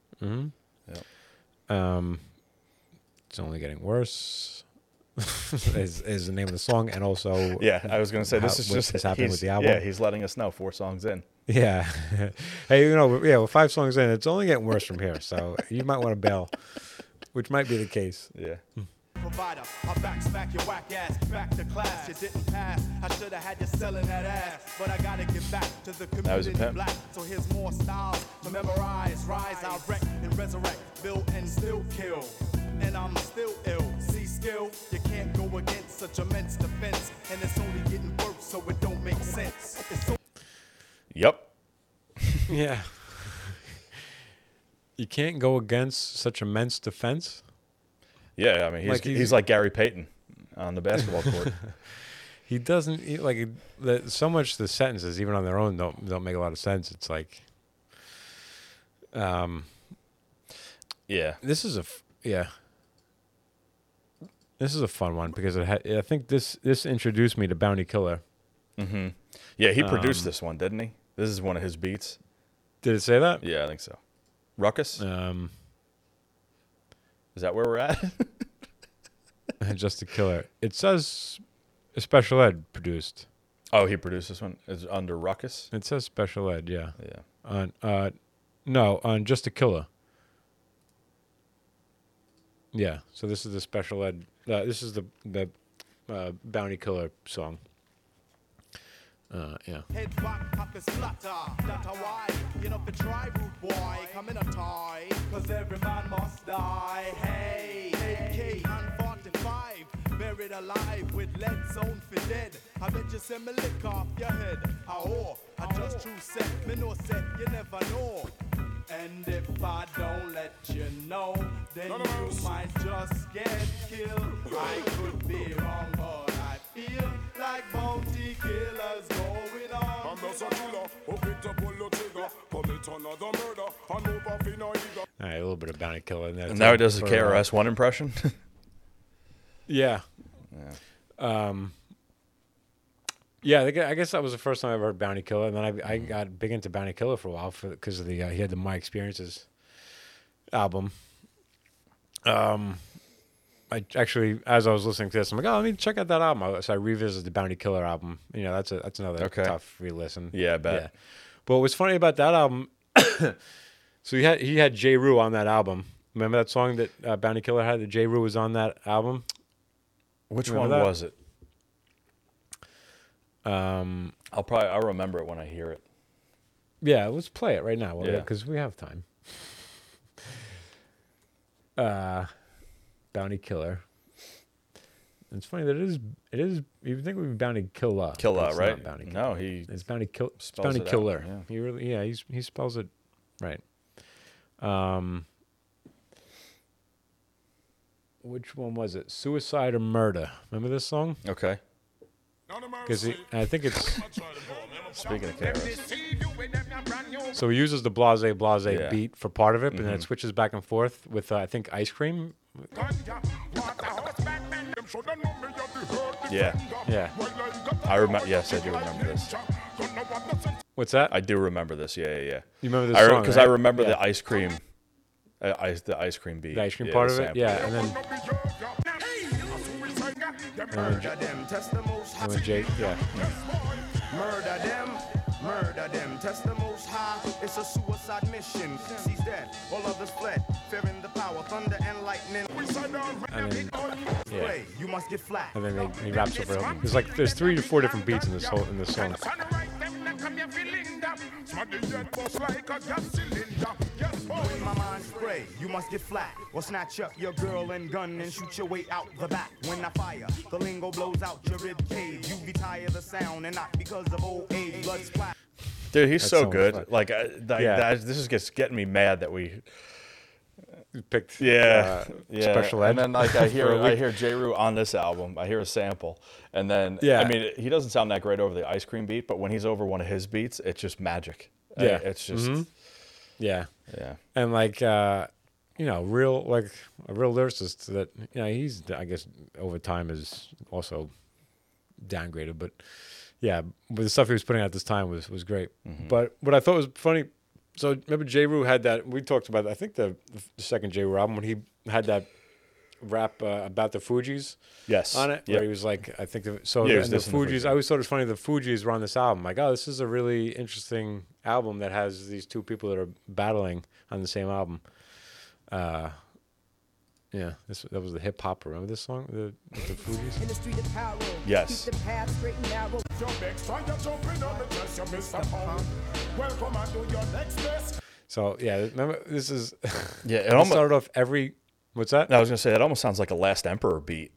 S3: Um, it's only getting worse. <laughs> is is the name of the song, and also
S2: Yeah, I was going to say this
S3: How-
S2: is
S3: what's
S2: just
S3: happening with
S2: he's-
S3: the album?
S2: Yeah, he's letting us know four songs in.
S3: yeah. <laughs> hey, you know, we're- yeah, we're five songs in. It's only getting worse from here, so you might want to bail, which might be the case.
S2: Yeah.
S4: provider. I back smack your whack ass back to class. You didn't pass. I should have had you selling that ass, but I gotta get back to
S2: was
S4: the
S2: a
S4: community
S2: pimp.
S4: black. So here's more styles to memorize. Rise, I'll wreck and resurrect, build and still kill. And I'm still ill. See skill, you can't go against such immense defense, and it's only getting worse, so it don't make sense. It's so
S2: Yep.
S3: Yeah. you can't go against such immense defense.
S2: Yeah, I mean, he's
S3: Like,
S2: he's,
S3: he's-
S2: like Gary Payton on the
S3: <laughs>
S2: basketball court.
S3: He doesn't he, like it- the, so much. The sentences, even on their own, don't don't make a lot of sense. It's like, um,
S2: yeah.
S3: this is a f- yeah. This is a fun one because it ha- I think this this introduced me to Bounty Killer.
S2: Yeah, he produced
S3: Um,
S2: this one, didn't he? This is one of his beats.
S3: Did it say that?
S2: <laughs> Yeah, I think so. Ruckus?
S3: Um,
S2: Is that where we're at? <laughs>
S3: just a killer. It says special ed produced.
S2: oh, he produced this one. It's under Ruckus.
S3: It says special ed. Yeah.
S2: Yeah.
S3: On uh, no, on just a killer. Yeah. So this is the special ed. Uh, this is the the uh, bounty killer song. Uh, yeah.
S4: Head back, cock is flutter. That's why you know the try, rude boy. Come in a tie, cause every man must die. Hey, AK and 45, buried alive with lead zone for dead. I bet you send me lick off your head. Oh, I just true set, me no set, you never know. And if I don't let you know, then you might just get killed. I could be wrong, but I feel like bounty killers going on.
S5: I'm just a killer who picked up all the trigger, commit another murder, and move off in a eager.
S3: All right, a little bit of bounty killer in there.
S2: And now
S3: too,
S2: he does the
S3: for, uh,
S2: KRS One impression. <laughs>
S3: Yeah. Yeah. Um, yeah, I gue- I guess that was the first time I ever heard Bounty Killer, and then I,
S2: Mm-hmm.
S3: I got big into Bounty Killer for a while because of the uh, he had the My Experiences album. Um, I actually, as I was listening to this, I'm like, oh, let me check out that album. I- So I revisited the Bounty Killer album. You know, that's a that's another
S2: Okay.
S3: tough re-listen.
S2: Yeah, I bet.
S3: But what's funny about that album? <coughs> so he had he had J. Rue on that album. Remember that song that uh, Bounty Killer had? That J. Rue was on that album.
S2: Which one
S3: Remember that?
S2: was it?
S3: Um,
S2: I'll probably I'll remember it when I hear it.
S3: yeah, let's play it right now
S2: Yeah.
S3: because we have time. <laughs> Uh, Bounty Killer. It's funny that it is. It is. You would think it would be Bounty Killer. but
S2: Kill that,
S3: it's not
S2: right? Mm-hmm.
S3: Bounty Killer.
S2: No, he
S3: It's Bounty Kill. It's
S2: Spells
S3: Bounty
S2: it out,
S3: Killer.
S2: yeah.
S3: He really. Yeah. He's he spells it right. Um. Which one was it? Suicide or murder? Remember this song?
S2: okay.
S5: None of
S3: Because
S5: mercy.
S3: I think it's.
S5: I tried to call him.
S2: Speaking of KRS,
S5: See you with them, I'm brand new.
S3: So he uses the blase blase
S2: Yeah. Mm-hmm.
S3: beat for part of it, but then it switches back and forth with uh, I think ice cream.
S5: Ganja, what a horseback man. Them shoulda know me, you the herd
S2: Yeah.
S5: defender.
S3: Yeah.
S5: Well, I got a
S2: I remem-
S5: power
S2: yes, I
S5: to
S2: do
S5: like
S2: remember this.
S5: nature. Don't know what the sense-
S3: What's that?
S2: I do remember this. Yeah, yeah, yeah.
S3: You remember this
S2: I
S3: song,
S2: Because I
S3: right?
S2: remember
S3: Yeah.
S2: the ice cream, uh, ice the ice cream beat.
S3: the ice cream
S2: yeah,
S3: part
S2: the
S3: of it,
S2: sample.
S3: yeah, and then
S5: Don't know me, you got- Hey, a suicide guy. Them
S4: Murder them, test the most
S3: and then
S4: high.
S3: Jake, yeah,
S4: Murder them, murder them, test the most high. It's a suicide mission. Seize that, all others fled, fearing the power, thunder and lightning.
S5: suicide are
S3: and then yeah,
S4: Play, you must get flat.
S3: and then he, he raps over it. There's like there's three to four different beats in this whole in this song.
S4: With my mind spray, you must get flat. Or snatch up your girl and gun and shoot your way out the back. When I fire, the lingo blows out your rib cage. You be tired of the sound and not because of old age. Blood splat.
S2: Dude, he's so
S3: so much
S2: good.
S3: fun.
S2: Like, I, that,
S3: Yeah.
S2: that- this is just getting me mad that we.
S3: He picked
S2: Yeah,
S3: uh,
S2: yeah.
S3: special ed.
S2: And then like
S3: <laughs>
S2: I
S3: for
S2: hear
S3: a
S2: I
S3: week.
S2: hear J. Rue on this album. I hear a sample, and then
S3: Yeah.
S2: I mean, he doesn't sound that great over the ice cream beat, but when he's over one of his beats, it's just magic. I-
S3: Yeah. Mm-hmm.
S2: it's just
S3: yeah,
S2: yeah.
S3: and like uh, you know, real like a real lyricist that you know he's I guess over time is also downgraded, but yeah, but the stuff he was putting out at this time was was great. But what I thought was funny, so remember J. Rue had that we talked about. I think the, the second J. Rue album when he had that rap uh, about the Fugees
S2: Yes.
S3: on it,
S2: Yep.
S3: where he was like, I think the, so.
S2: Yeah, he
S3: the,
S2: was
S3: and the
S2: dissing the
S3: Fugees,
S2: Fugees.
S3: I always thought it was funny. The Fugees were on this album. Like, oh, this is a really interesting album that has these two people that are battling on the same album. Uh, yeah, this that was the hip hop. Remember this song, the, the Fugees?
S6: in the street of power.
S2: Yes.
S6: Keep the path straight and narrow.
S5: Welcome and do your next best.
S3: So yeah, remember this is. <laughs>
S2: Yeah, it
S3: It
S2: almost-
S3: started off every. What's that?
S2: I was gonna say that almost sounds like a Last Emperor beat.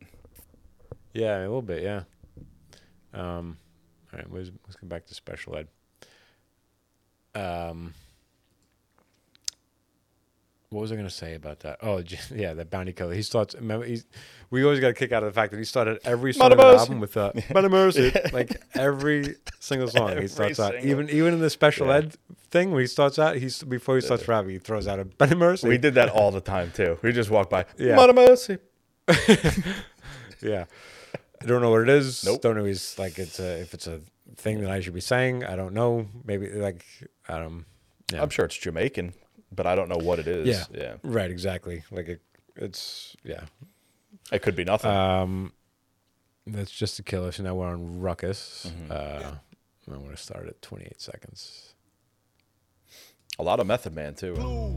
S3: Yeah, a little bit. Yeah. Um, all right, let's, let's go back to special ed. Um, what was I going to say about that? Oh, <laughs> j- yeah, that bounty killer. He starts. Remember, he's, we always got a kick out of the fact that he started every song of the
S2: Matamoros.
S3: album with
S2: <laughs>
S3: uh, Matamoros. like every single song he
S2: Every
S3: starts out.
S2: single.
S3: Even even in the special
S2: Yeah.
S3: ed thing, when he starts out, he's before he starts rapping, he throws out a Matamoros.
S2: We did that all the time too. We just walk by.
S3: Yeah.
S2: Matamoros.
S3: yeah. I don't know what it is.
S2: Nope.
S3: Don't know if it's like it's a, if it's a thing that I should be saying. I don't know. Maybe like I don't. Yeah.
S2: I'm sure it's Jamaican, but I don't know what it is.
S3: yeah.
S2: Yeah.
S3: Right. Exactly. Like it, it's yeah. Um,
S2: It could be nothing.
S3: Uh, That's just a killer. So now we're on ruckus.
S2: Mm-hmm.
S3: Uh, I'm going to start at 28 seconds.
S2: a lot of Method Man too.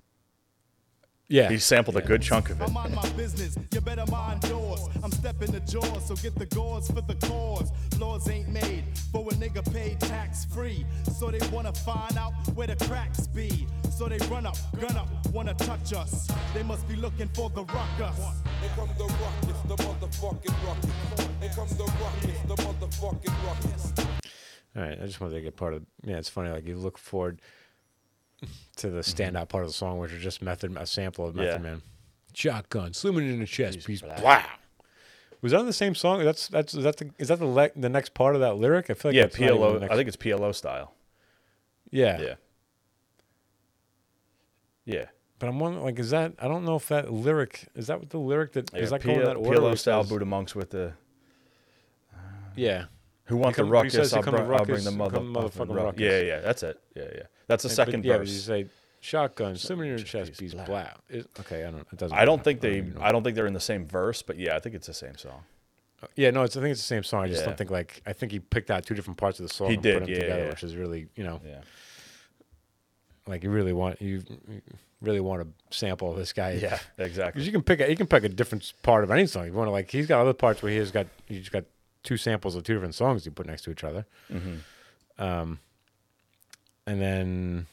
S3: Yeah.
S2: He sampled a good chunk of it.
S4: I'm on my business, you better mind yours. I'm stepping the jaws, so get the gauze for the cause. Laws ain't made for a nigga paid tax free. So they wanna find out where the cracks be. So they run up, gun up, wanna touch us. They must be looking for the ruckus.
S5: Here come the rockets, the motherfucking rockets. Here come the rockets, the motherfucking rockets.
S3: All right. I just wanted to get part of. Yeah. It's funny. Like you look forward to the standout part of the song, which is just method a sample of Method
S2: Mm-hmm. Yeah.
S3: Man. Shotgun, slimming in the chest piece. Wow. Was that on the same song? That's that's is that the is that the le- the next part of that lyric? I feel like
S2: Yeah,
S3: that's not even
S2: PLO.
S3: the next-
S2: I think it's PLO style.
S3: yeah.
S2: Yeah. Yeah.
S3: But I'm wondering, like, is that? I don't know if that lyric is that what the lyric that is
S2: yeah.
S3: that
S2: P-
S3: going that order? or
S2: PLO style
S3: says-
S2: Buddha monks with the
S3: Yeah.
S2: who want the
S3: come- when he
S2: ruckus.
S3: says,
S2: I'll,
S3: "Here come the
S2: br- I'll bring
S3: ruckus,
S2: the
S3: here
S2: mother-
S3: come the motherfucking
S2: ruck-
S3: ruckus."
S2: Yeah, yeah, that's it. Yeah, yeah. That's the
S3: But-
S2: second
S3: Yeah, but you
S2: verse.
S3: say shotgun, swimming in your chest, piece, blah. It- okay, I don't. It doesn't.
S2: I don't
S3: matter.
S2: think they.
S3: even know.
S2: I don't think they're in the same verse, but yeah, I think it's the same song.
S3: yeah, no, it's, I think it's the same song. I just
S2: Yeah.
S3: don't think like I think he picked out two different parts of the song
S2: He
S3: and
S2: did,
S3: put them
S2: yeah,
S3: together,
S2: yeah.
S3: which is really you know
S2: Yeah.
S3: like you really want you you really want to sample this guy.
S2: Yeah.
S3: because
S2: <laughs> Exactly.
S3: you can pick a, you can pick a different part of any song. You want to like he's got other parts where he's got he's got two samples of two different songs you put next to each other. Um,
S2: Mm-hmm.
S3: and then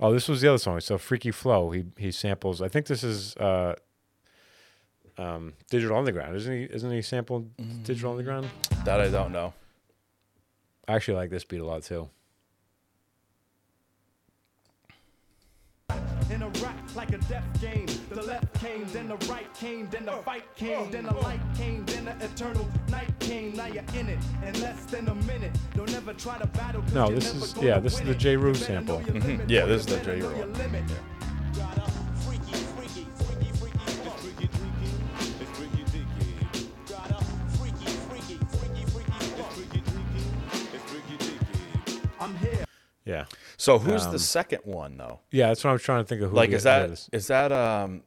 S3: oh, this was the other song. So Freaky Flow. He he samples. I think this is uh, um, Digital Underground. Isn't he? Isn't he sampled
S2: Mm-hmm.
S3: Digital Underground?
S2: That I don't know.
S3: I actually like this beat a lot too.
S4: In a rap like a death game. The left came, then the right came, then the fight came, then the light came, then the eternal night came. Now you're in it in less than a minute. Don't ever try to battle. 'cause
S3: No,
S4: you're
S3: this
S4: never
S3: is-
S4: gonna
S3: yeah, this is
S4: win
S3: the
S4: it.
S3: J. Rue
S4: You better know
S3: sample. Mm-hmm.
S4: your limit.
S2: Yeah, this is
S4: You
S2: the
S4: better
S2: J.
S4: know
S2: Rue
S4: your
S2: one.
S4: limit. I'm here.
S3: Yeah,
S2: So who's
S3: Um,
S2: the second one though?
S3: yeah. That's what I'm trying to think of. Who
S2: Like,
S3: the-
S2: is that
S3: who
S2: is that um?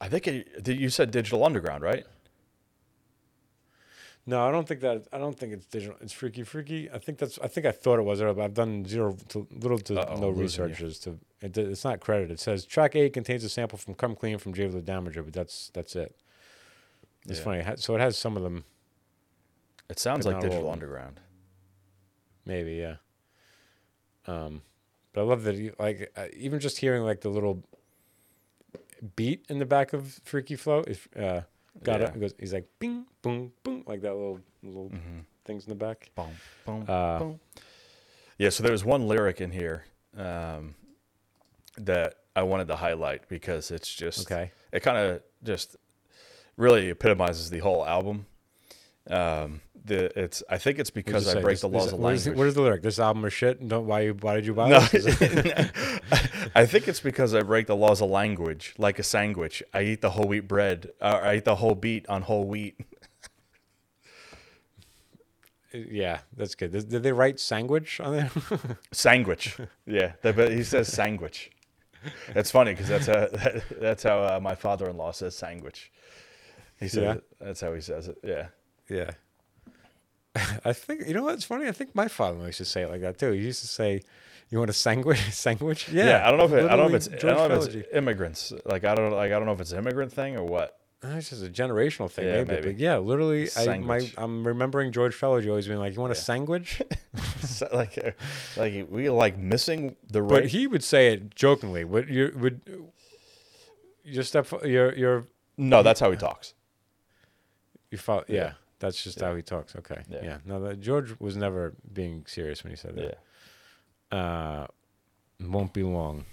S2: I think it, did- you said Digital Underground, right?
S3: No, I don't think that. I don't think it's digital. It's freaky, freaky. I think that's. I think I thought it was. but I've done zero, to, little to
S2: Uh-oh,
S3: no
S2: I'm losing you.
S3: researches to. It, d- it's not credited. It says track eight contains a sample from "Come Clean" from Jave the Damager, but that's that's it. It's
S2: Yeah.
S3: funny. it ha- So it has some of them,
S2: It sounds
S3: But not
S2: like
S3: all of
S2: Digital
S3: them.
S2: Underground.
S3: maybe, yeah. Um, but I love that. You, like uh, even just hearing like the little beat in the back of "Freaky Flow," if uh, got
S2: Yeah.
S3: it, it goes. He's like, "Bing, boom, boom," like that little little
S2: Mm-hmm.
S3: things in the back.
S2: Boom, boom, boom. Uh, Yeah, so there was one lyric in here um, that I wanted to highlight because it's just
S3: Okay.
S2: It kind of just really epitomizes the whole album. Um, the it's I think it's because
S3: Just
S2: I
S3: say,
S2: break
S3: this-
S2: the laws
S3: this-
S2: of
S3: what is-
S2: language.
S3: What is the lyric? This album is shit. And don't why you why did you buy
S2: No.
S3: it? Is
S2: <laughs>
S3: it-
S2: I think it's because I break the laws of language like a sandwich. I eat the whole wheat bread. Or I eat the whole beat on whole wheat.
S3: <laughs> yeah, that's good. Did, did they write sandwich on there? <laughs>
S2: Sandwich. Yeah, that- but he says sandwich. That's funny because that's how <laughs> that's how uh, my father-in-law says sandwich. He says
S3: Yeah.
S2: it- that's how he says it. Yeah.
S3: yeah. <laughs> I think you know what's funny. I think my father used to say it like that too. He used to say, "You want a <laughs> sandwich? sandwich?" Yeah.
S2: Yeah. I don't know if it, I don't know if it's
S3: literally
S2: I don't know
S3: George
S2: if it's immigrants. Like I don't like I don't know if it's an immigrant thing or what. <laughs>
S3: Fellowgy. Ah, It's just a generational thing,
S2: Yeah,
S3: maybe.
S2: maybe.
S3: But yeah, literally, I, my,
S2: Sandwich.
S3: I'm remembering George Fellowgy always being like, "You want a
S2: <laughs>
S3: sandwich?"
S2: So, like uh, like we like missing the right.
S3: But he would say it jokingly. Would you would your step your your
S2: no, that's how he talks.
S3: You follow, yeah. That's just how he talks. Okay. Yeah.
S2: Yeah.
S3: No, that George was never being serious when he said
S2: Yeah.
S3: that. Uh, It won't be long.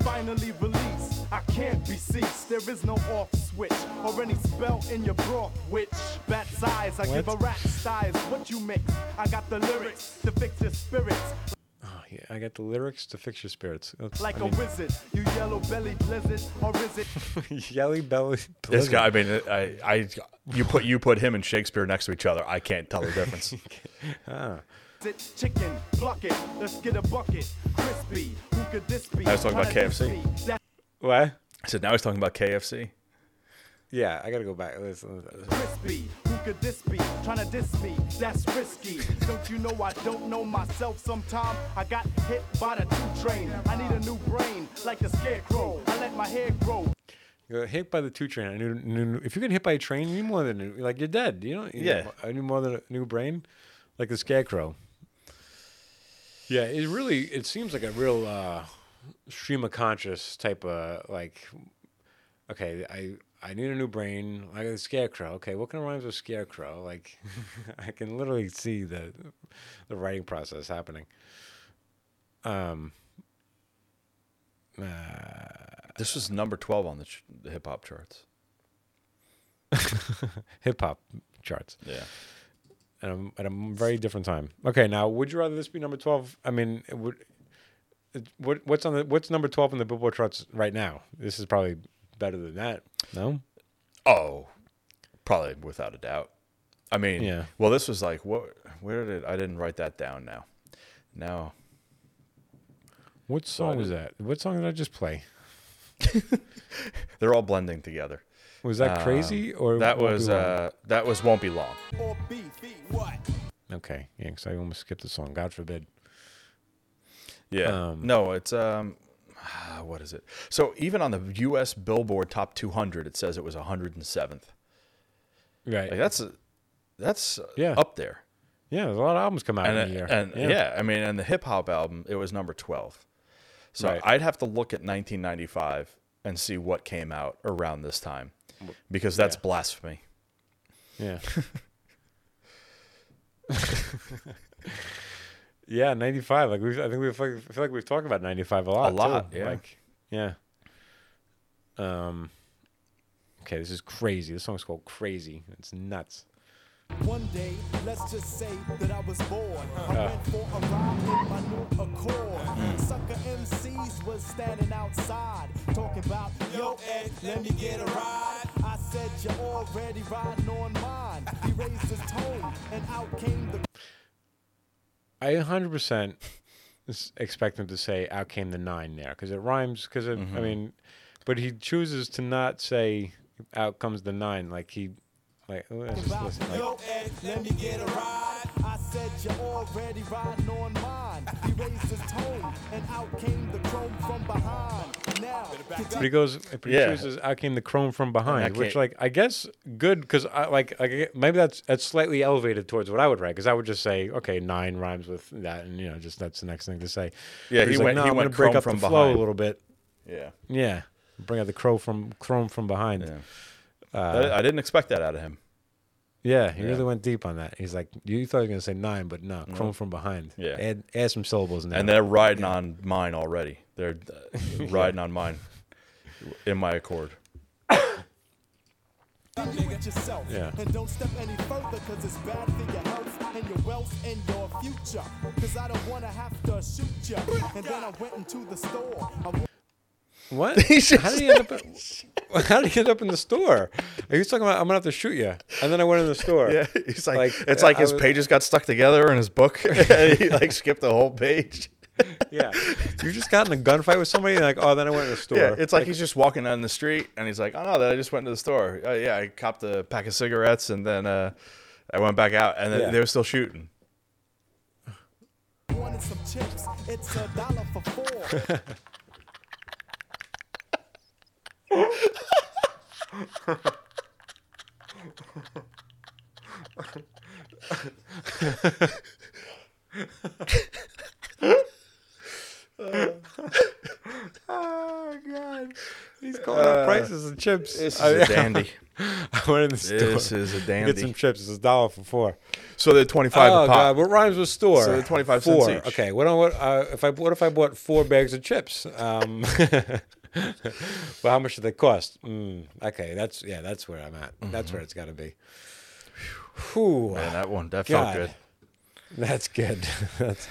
S4: finally released. I can't be ceased. There is no off switch or any spell in your broth, which bats eyes. I give a rat's eyes what you mix. I got the lyrics to fix your spirits.
S3: Oh, yeah, I got the lyrics to fix your spirits. That's-
S4: Like
S3: I
S4: a wizard, you yellow bellied blizzard, or is it
S3: <laughs>
S4: <laughs>
S3: mean, yelly belly.
S2: This guy, I mean, I, I, you put you put him and Shakespeare next to each other. I can't tell the <laughs> difference.
S4: It's chicken, pluck it, let's get a bucket, crispy. Who could this be?
S2: I was talking about
S4: Tryna diss
S2: KFC.
S4: me. That-
S3: What?
S2: I said, now he's talking about KFC.
S3: Yeah, I gotta go back. Listen,
S4: crispy. Who could this be? Tryna diss me, that's risky. Don't you know I don't know myself sometime? I got hit by the two train. I need a new brain, like the scarecrow. I let my hair grow.
S3: You got hit by the two train. I knew, knew- knew- if you get hit by a train, you need more than a- like you're dead. You know. You
S2: Yeah.
S3: know, I need more than a new brain, like the scarecrow. Yeah, it really it seems like a real uh, stream of conscious type of like. Okay, I I need a new brain like a scarecrow. Okay, what kind of rhymes with scarecrow? Like, <laughs> I can literally see the the writing process happening. Um, uh,
S2: This was number twelve on the, ch- the hip hop charts.
S3: Hip hop charts.
S2: Yeah,
S3: at a, at a very different time. Okay, now would you rather this be number twelve? I mean, it would it, what what's on the what's number twelve in the Billboard charts right now? This is probably better than that. No,
S2: Oh, probably without a doubt. I mean,
S3: Yeah.
S2: Well, this was like what? Where did I didn't write that down? Now, now
S3: what song was that? What song did I just play?
S2: they're all blending together.
S3: Was that crazy or
S2: Um,
S3: Won't
S2: That
S3: Be
S2: was
S3: Long?
S2: uh, that was won't be long.
S4: Or beef, what?
S3: okay? Yeah, because I almost skipped the song. God forbid.
S2: Yeah.
S3: Um,
S2: no, it's um, ah, what is it? So even on the U.S. Billboard Top 200, it says it was 107th.
S3: Right?
S2: Like that's a, that's uh,
S3: Yeah.
S2: up there.
S3: yeah, there's a lot of albums come out
S2: And
S3: in a year.
S2: and yeah. I mean, and the hip hop album, it was number 12. So
S3: Right.
S2: I'd have to look at 1995 and see what came out around this time, because that's blasphemy. <laughs>
S3: Yeah. yeah, 95. Like we I think we have like, I feel like we've talked about 95 a lot. too.
S2: lot, yeah.
S3: Like yeah. Um Okay, this is crazy. This song's called Crazy. It's nuts.
S4: One day, let's just say that I was bored. I went for a ride in my new Accord. Sucker MCs was standing outside, talking about, yo, Ed, let me get a ride. I said, you're already riding on mine. He raised his tone, and out came the
S3: I 100% s- expect him to say out came the 9 there cuz it rhymes cuz I
S2: Mm-hmm.
S3: mean but he chooses to not say out comes the 9 like he like let's just listen like
S4: Yo, Ed, let me get a ride. I said you're already riding on mine. He raised his tone, and out came the chrome from behind. Now,
S3: But he goes, but he
S2: Yeah.
S3: chooses out came the chrome from behind,
S2: I
S3: which
S2: can't-
S3: like I guess good because I like I get- maybe that's that's slightly elevated towards what I would write because I would just say okay nine rhymes with that and you know just that's the next thing to say.
S2: Yeah,
S3: But
S2: he
S3: he's
S2: went-
S3: "No,
S2: he
S3: I'm
S2: went
S3: gonna break
S2: chrome
S3: up
S2: from
S3: the flow
S2: behind."
S3: a little bit.
S2: Yeah.
S3: Yeah, bring out the crow from chrome from behind. Yeah, Uh,
S2: I, I didn't expect that out of him.
S3: he really went deep on that. He's like, you thought he was gonna say nine, but no, chrome from behind.
S2: Mm-hmm. Yeah.
S3: add add some syllables in there.
S2: And they're riding on mine already. They're
S3: <laughs>
S2: uh, riding on mine in my Accord.
S4: you do it yourself.
S3: Yeah.
S4: And don't step any further, cause it's bad for your health and your wealth and your future. Cause I don't wanna have to shoot ya. And then I went into the store. I wa-
S2: <laughs>
S3: What? how did he end up? At, <laughs> how did he end up in the store? He was talking about I'm gonna have to shoot you, and then I went in the store.
S2: <laughs> Yeah, he's like, it's
S3: uh,
S2: like
S3: I
S2: his
S3: was-
S2: pages got stuck together in
S3: <laughs>
S2: his book. <laughs> and he like skipped the whole page.
S3: Yeah, you just got in a gunfight with somebody, and like, oh, then I went in the store.
S2: Yeah, it's like, he's just walking down the street and he's like, oh no, I just went to the store. Uh, yeah, I copped a pack of cigarettes and then uh, I went back out and then
S3: Yeah.
S2: they were still shooting.
S4: wanted some chips. It's a dollar for four.
S3: oh god, he's calling up prices and chips.
S2: This is
S3: I-
S2: uh, a dandy.
S3: <laughs> I went in the store.
S2: Oh, <laughs> This is a
S3: Get some
S2: dandy.
S3: chips. It's a dollar for four.
S2: So they're twenty five
S3: oh
S2: a pop.
S3: god, what rhymes with store?
S2: So they're 25 cents
S3: four.
S2: each.
S3: Okay, what on what? Uh, if I what if I bought four bags of chips? Um, <laughs> well, how much do they cost? Mm, okay, that's yeah, that's where I'm at.
S2: Mm-hmm.
S3: That's where it's got to be. Whew,
S2: Man, that one that
S3: God.
S2: felt good.
S3: that's good. <laughs> that's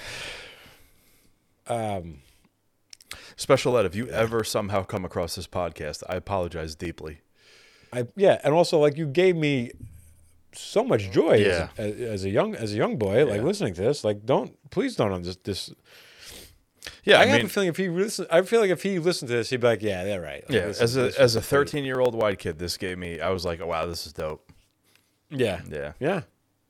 S2: Special Ed, if you ever somehow come across this podcast, I apologize deeply.
S3: I yeah, and also like you gave me so much joy
S2: Yeah.
S3: as, as, as a young as a young boy, like
S2: Yeah.
S3: listening to this. Like, don't please don't on this this.
S2: Yeah,
S3: I,
S2: I,
S3: have a
S2: mean,
S3: feeling if he listen, I feel like if he listened to this, he'd be like, yeah, they're right. Like,
S2: yeah,
S3: listen,
S2: as a
S3: this
S2: as a
S3: was pretty-
S2: thirteen year old white kid, this gave me. I was like, oh, wow, this is dope.
S3: Yeah.
S2: Yeah.
S3: Yeah.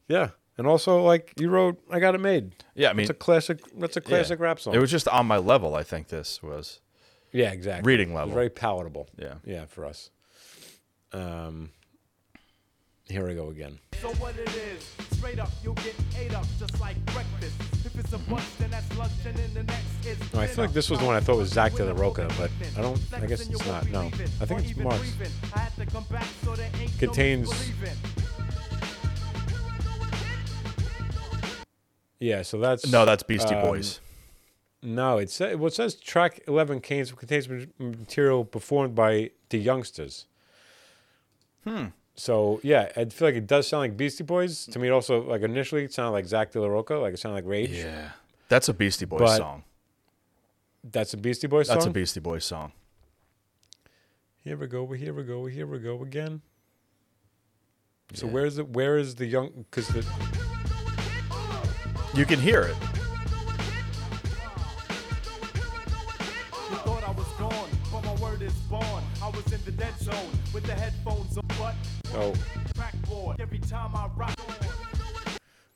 S3: Yeah. And also like you wrote I Got It Made.
S2: Yeah, I mean,
S3: It's a classic that's a
S2: yeah.
S3: classic rap song.
S2: It was just on my level. I think this was.
S3: yeah, exactly.
S2: reading
S3: It was
S2: level.
S3: very palatable.
S2: Yeah.
S3: Yeah, for us. Um here we go again.
S4: So what it is, straight up, you'll get ate up just like breakfast. If it's a bunch, then that's lunch, and then the next is.
S3: No, I feel like this was the one I thought was Zach De La Roca, but I don't- I guess it's not, no. I think it's Mars. Contains- Yeah, so that's
S2: No, that's Beastie
S3: um,
S2: Boys.
S3: No, it says well, it says track eleven contains contains ma- material performed by the youngsters. Hmm. So yeah, I feel like it does sound like Beastie Boys to me. It also like initially it sounded like Zach De La Roca, like it sounded like Rage.
S2: Yeah, that's a Beastie Boys
S3: But-
S2: song.
S3: That's a Beastie Boys
S2: That's
S3: song.
S2: a Beastie Boys song.
S3: here we go. Here we go. Here we go again. So where's the where is the young? Because the
S2: You can hear it.
S4: You thought I was gone, but my word is born. I was in the dead zone with the headphones on, but
S3: oh,
S4: backboard every time I rock.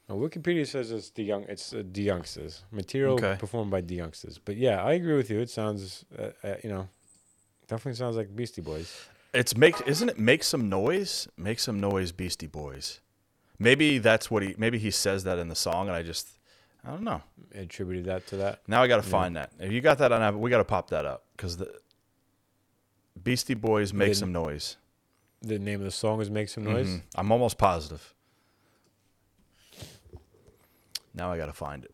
S3: no, Wikipedia says it's the young. It's uh, the youngsters material
S2: Okay.
S3: performed by the youngsters. But yeah, I agree with you. It sounds uh, uh, you know definitely sounds like Beastie Boys.
S2: It's make isn't it make some noise? Make some noise, Beastie Boys. Maybe that's what he. Maybe he says that in the song, and I just, I don't know.
S3: attributed that to that.
S2: Now I got to find that. If you got that on, we got to pop that up because the Beastie Boys make
S3: Didn't-
S2: some noise.
S3: The name of the song is "Make Some Noise."
S2: Mm, I'm almost positive. Now I got to find it.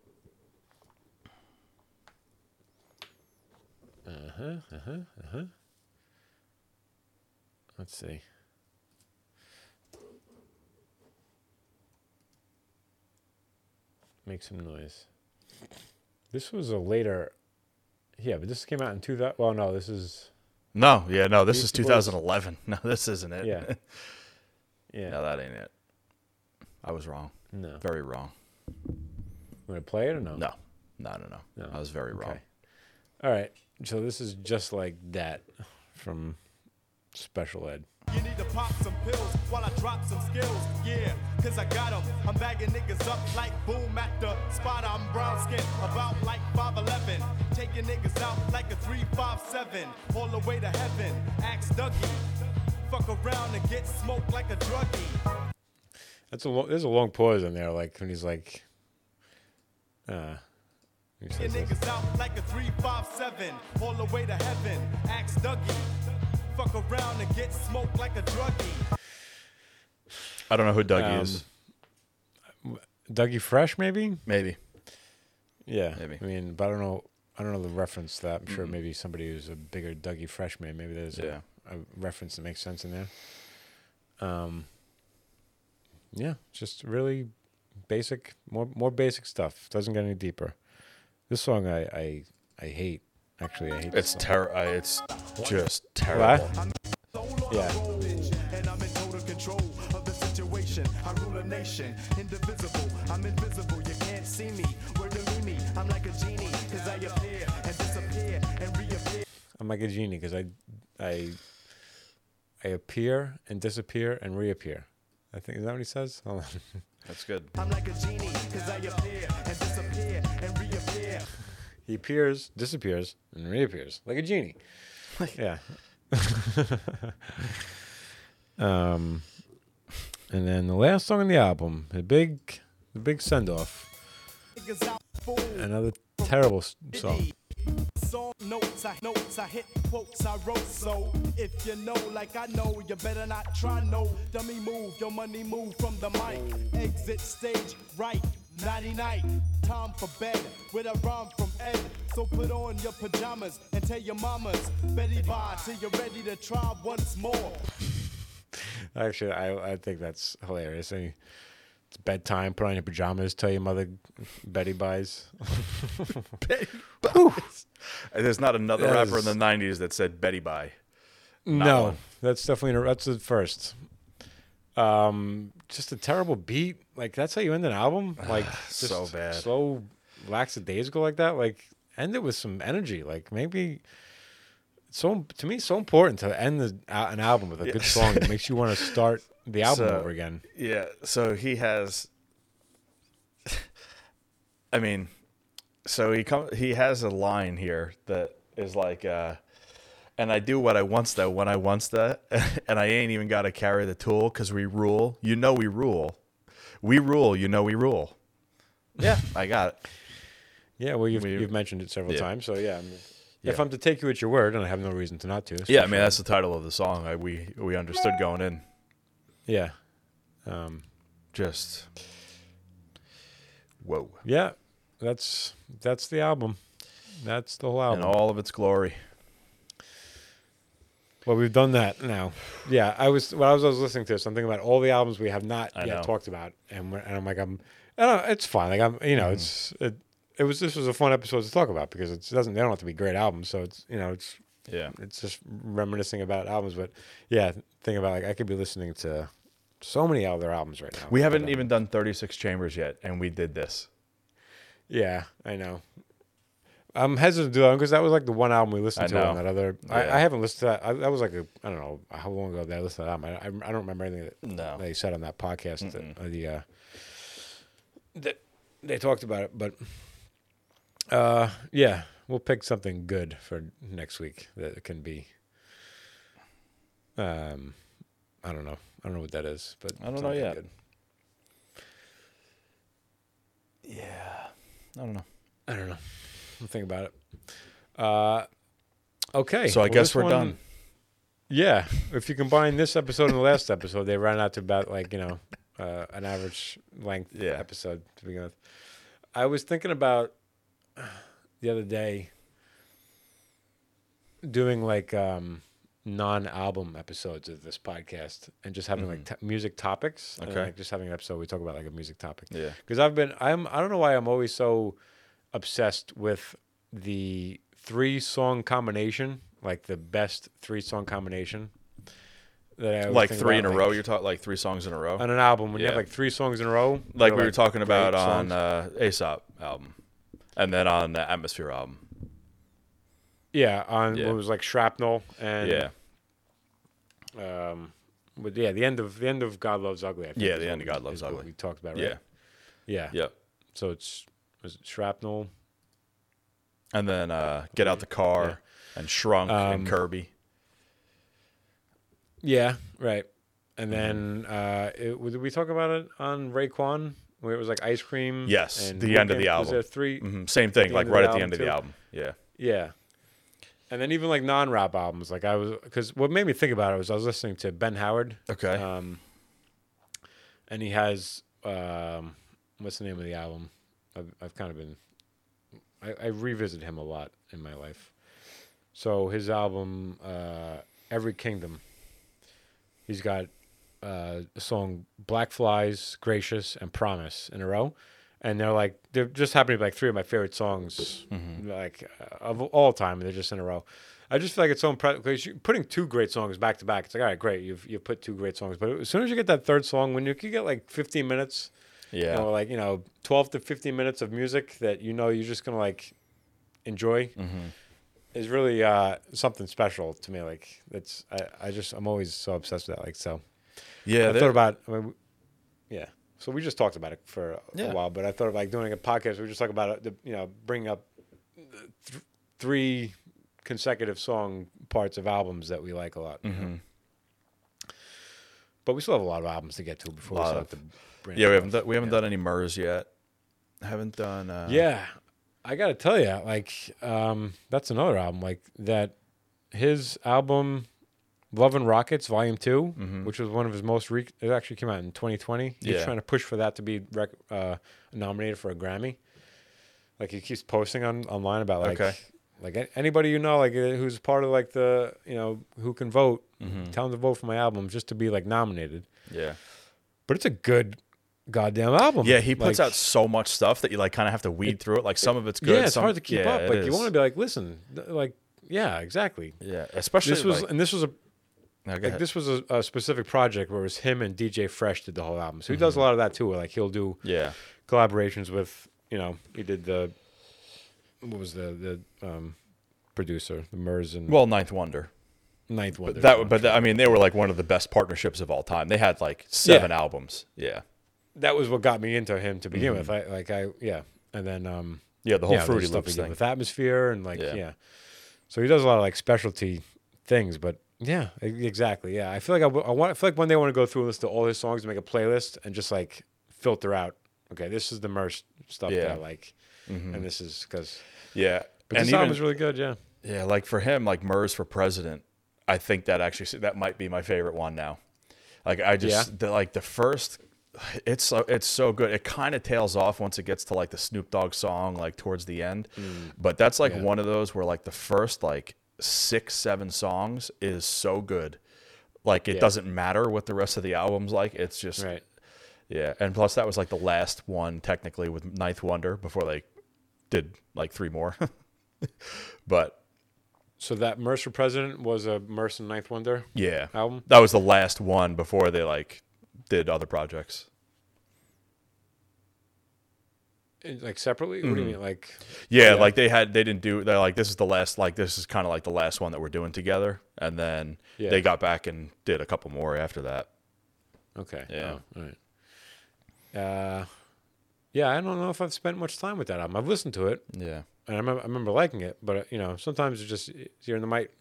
S3: Let's see. Make some noise. This was a later. Yeah, but this came out in two thousand. Well, no, this is
S2: No, yeah, no. This is
S3: Beastie Boys.
S2: 2011. <laughs> No, this isn't it. <laughs>
S3: yeah,
S2: no,
S3: yeah.
S2: that ain't it. I was wrong.
S3: No, I'm
S2: Very wrong.
S3: gonna play it or no?
S2: No, no, no, no.
S3: No,
S2: I was very wrong.
S3: okay. All right. So this is just like that from Special Ed.
S4: You need to pop some pills while I drop some skills. Yeah, cause I got 'em. I'm bagging niggas up like boom at the spot. I'm brown skin, about like 5'11. Taking niggas out like a 357. All the way to heaven. Axe Dougie. Fuck around and get smoked like a druggie.
S3: That's a lo- there's a long pause in there, like when he's like, uh, he
S4: Your
S3: says this.
S4: niggas out like a 357. All the way to heaven. Axe Dougie. Fuck around and get smoked like a druggie.
S2: I don't know who Doug
S3: Um,
S2: is.
S3: Dougie Fresh maybe.
S2: Maybe.
S3: Yeah,
S2: Maybe.
S3: I mean, but I don't know. I don't know the reference to that. I'm sure maybe somebody who's a bigger Dougie freshman. Maybe there's
S2: Yeah.
S3: a, a reference that makes sense in there. Um. Yeah, just really basic, more more basic stuff. Doesn't get any deeper. This song I I, I hate. Actually, I hate.
S2: It's
S3: this song.
S2: ter- uh, It's just
S3: Why?
S2: terrible.
S3: Yeah.
S4: And I'm in total control of the situation. I rule a nation, indivisible. I'm invisible, you can't see me. Where to leave me? I'm like a genie, cause I appear and disappear and reappear.
S3: I'm like a genie because I I I appear and disappear and reappear. I think is that what he says? Hold on.
S2: That's good.
S4: I'm like a genie, cause I appear and disappear and reappear.
S3: He appears, disappears, and reappears like a genie. yeah. <laughs> um, and then the last song on the album, the big, the big send off,
S4: Niggas out fool.
S3: another terrible s- song.
S4: It's all notes I notes I hit quotes I wrote. So if you know like I know, you better not try no dummy move. Your money move from the mic. Exit stage right. Nighty night, time for bed with a rhyme from Ed. So put on your pajamas and tell your mamas Betty bye till you're ready to try once more.
S3: Actually, I I think that's hilarious. I mean, it's bedtime. Put on your pajamas. Tell your mother Betty buys.
S2: And there's not another
S3: That
S2: rapper
S3: is-
S2: in the '90s that said Betty Bye.
S3: no,
S2: one.
S3: that's definitely that's the first. Um, just a terrible beat. Like that's how you end an
S2: <sighs>
S3: album. Like just
S2: So bad.
S3: slow, lackadaisical like that. Like end it with some energy. Like maybe. So to me, it's so important to end the, uh, an album with a good song that makes you want to
S2: <laughs>
S3: start the album
S2: So-
S3: over again.
S2: Yeah, so he has. <laughs> I mean, so he come he has a line here that is like, uh, and I do what I wants though when I wants that, <laughs> and I ain't even got to carry the tool because we rule. You know we rule, we rule. You know we rule. Yeah, <laughs> I got it.
S3: Yeah, well, you've,
S2: We-
S3: you've mentioned it several
S2: yeah.
S3: times, so yeah, I mean, If
S2: Yeah.
S3: I'm to take you at your word, and I have no reason to not to. so
S2: Yeah, I mean that's the title of the song. I, we we understood going in.
S3: yeah,
S2: Just whoa,
S3: yeah. That's that's the album. That's the whole
S2: in
S3: album.
S2: all of its glory.
S3: Well, we've done that now. Yeah, I was when I was, I was listening to this, I'm thinking about all the albums we have not
S2: I
S3: yet
S2: know.
S3: talked about, and we're, and I'm like, I'm, I don't, it's fine. Like I'm, you know,
S2: Mm-hmm.
S3: it's it, it was this was a fun episode to talk about because it's, it doesn't they don't have to be great albums, so it's you know it's
S2: Yeah,
S3: it's just reminiscing about albums, but yeah, think about like I could be listening to so many other albums right now.
S2: we
S3: But uh,
S2: haven't
S3: I'm-
S2: even done 36 chambers yet, and we did this.
S3: Yeah, I know. I'm hesitant to do that because that was like the one album we listened
S2: I
S3: to on
S2: know.
S3: that other. I,
S2: Yeah.
S3: I haven't listened to that. I, that was like a I don't know how long ago that I listened to that album. I, I, I don't remember anything that
S2: No.
S3: they said on that podcast that, uh, the uh, that they talked about it. But uh, yeah, we'll pick something good for next week that can be. Um, I don't know. I don't know what that is, but
S2: I don't know
S3: something
S2: yet. Yeah. I don't know.
S3: I don't know. I'll think about it. Uh, okay.
S2: So I
S3: well,
S2: guess
S3: this
S2: we're
S3: one-
S2: done.
S3: Yeah. If you combine this episode and the last episode, they ran out to about like, you know, uh, an average length
S2: Yeah.
S3: episode to begin with. I was thinking about the other day doing like um, non album episodes of this podcast and just having like t- music topics. And,
S2: Mm-hmm. Okay.
S3: like, just having an episode we talk about like a music topic.
S2: Yeah.
S3: Because I've been I'm I don't know why I'm always so obsessed with the three song combination, like the best three song combination. That I always
S2: Like
S3: think
S2: three in
S3: about,
S2: a
S3: like,
S2: row. You're talking like three songs in a row.
S3: on an album when you have
S2: Yeah.
S3: like three songs in a row. that
S2: like
S3: are,
S2: we were talking
S3: great
S2: about on
S3: songs.
S2: uh, Aesop album, and then on the Atmosphere album.
S3: yeah on
S2: yeah.
S3: what was like shrapnel and
S2: yeah.
S3: um with yeah the end of the end of God loves ugly. I think
S2: Yeah,
S3: is
S2: the
S3: what
S2: end of
S3: we-
S2: God Loves
S3: is what
S2: Ugly.
S3: We talked about right.
S2: Yeah.
S3: yeah
S2: Yep.
S3: So it's was it shrapnel.
S2: And then uh, Get Out the Car and Shrunk
S3: Um,
S2: and Kirby.
S3: Yeah, right. And
S2: Mm-hmm.
S3: then uh, it, w- did we talk about it on Raekwon where it was like ice cream?
S2: Yes,
S3: and
S2: the end of
S3: Weeknd? Was
S2: the album.
S3: there three?
S2: Mhm, Same thing,
S3: the
S2: like
S3: end of
S2: right
S3: the
S2: at the
S3: album
S2: end of the
S3: too.
S2: album. Yeah.
S3: Yeah. And then even like non-rap albums, like I was, because what made me think about it was I was listening to Ben Howard,
S2: Okay.
S3: um, and he has um, what's the name of the album? I've, I've kind of been, I, I revisit him a lot in my life. So his album, uh, Every Kingdom, he's got uh, a song Black Flies, Gracious, and Promise in a row. And they're like, they're just happen to be like three of my favorite songs, like uh, of all time. and They're just in a row. I just feel like it's so impressive because you're putting two great songs back to back. It's like, all right, great, you've you've put two great songs, but as soon as you get that third song, when you, you get like 15 minutes,
S2: yeah.
S3: you know, like you know, 12 to 15 minutes of music that you know you're just gonna like enjoy,
S2: Mm-hmm.
S3: is really uh, something special to me. Like that's, I, I just, I'm always so obsessed with that. Like so,
S2: yeah.
S3: I
S2: there-
S3: thought about, I mean, we- yeah. So we just talked about it for a-
S2: Yeah.
S3: a while, but I thought of like doing a podcast. We were just talking about it, the, you know, bring up uh, th- three consecutive song parts of albums that we like a lot. you know.
S2: Mm-hmm.
S3: But we still have a lot of albums to get to before we
S2: Lot
S3: start
S2: of-
S3: to bring.
S2: yeah, we haven't, done we haven't done any MERS yet. Haven't done. Uh,
S3: Yeah, I gotta tell you, like, um, that's another album. Like that, his album, Love and Rockets, Volume 2 which was one of his most. Re- it actually came out in 2020. He's
S2: Mm-hmm. Yeah.
S3: trying to push for that to be rec- uh, nominated for a Grammy. Like he keeps posting on online about like,
S2: Okay.
S3: like a- anybody you know, like uh, who's part of like the you know who can vote,
S2: Mm-hmm.
S3: tell them to vote for my album just to be like nominated.
S2: Yeah.
S3: But it's a good goddamn album.
S2: Yeah, he puts
S3: Like-
S2: out so much stuff that you like kind of have to weed through it. Like some of it's good.
S3: Yeah, it's
S2: some-
S3: hard to keep
S2: yeah,
S3: up.
S2: it
S3: Like you
S2: is.
S3: want to be like, listen, th- like yeah, exactly.
S2: Yeah, especially
S3: this was
S2: like,
S3: and this was a
S2: no, go
S3: like
S2: ahead.
S3: this was a, a specific project where it was him and DJ Fresh did the whole album. So he does a lot of that too. Where like he'll do
S2: Mm-hmm. Yeah,
S3: collaborations with you know he did the what was the the um, producer the Murs and
S2: well, Ninth Wonder.
S3: Ninth Wonder.
S2: That, w- but that, I mean, they were like one of the best partnerships of all time. They had like seven albums. Yeah,
S3: that was what got me into him to begin
S2: Mm-hmm.
S3: with. I like I yeah, and then um
S2: Yeah, the whole
S3: there's
S2: Fruity
S3: stuff
S2: Loops
S3: he did
S2: thing.
S3: with atmosphere and like
S2: Yeah.
S3: yeah. So he does a lot of like specialty things, but yeah, e- exactly. Yeah, I feel like I, w- I want. I feel like one day I want to go through and listen to all his songs and make a playlist and just like filter out. Okay, this is the most stuff that
S2: Yeah. Mm-hmm.
S3: I like, and this is because.
S2: yeah.
S3: But this album is really good. Yeah.
S2: Yeah, like for him, like Murs for president, I think that actually that might be my favorite one now. Like I just
S3: Yeah.
S2: the, like the first, it's so it's so good. It kind of tails off once it gets to like the Snoop Dogg song, like towards the end.
S3: Mm.
S2: But that's like one of those where like the first like six seven songs is so good, like it doesn't matter what the rest of the album's like. It's just
S3: Right.
S2: yeah, and plus that was like the last one technically with Ninth Wonder before they did like three more, <laughs> but.
S3: So that Mercer President was a Mercer Ninth Wonder.
S2: Yeah.
S3: album?
S2: That was the last one before they like did other projects.
S3: Eh, Like separately? What
S2: Mm-hmm.
S3: do you mean? Like Yeah.
S2: Yeah, like they had they didn't do they're like this is the last like this is kind of like the last one that we're doing together and then
S3: Yeah.
S2: they got back and did a couple more after that.
S3: Okay.
S2: Yeah.
S3: Oh, all right. Uh, yeah, I don't know if I've spent much time with that album. I've listened to it,
S2: Yeah.
S3: and I remember, I remember liking it, but uh, you know, sometimes you just you're in the might.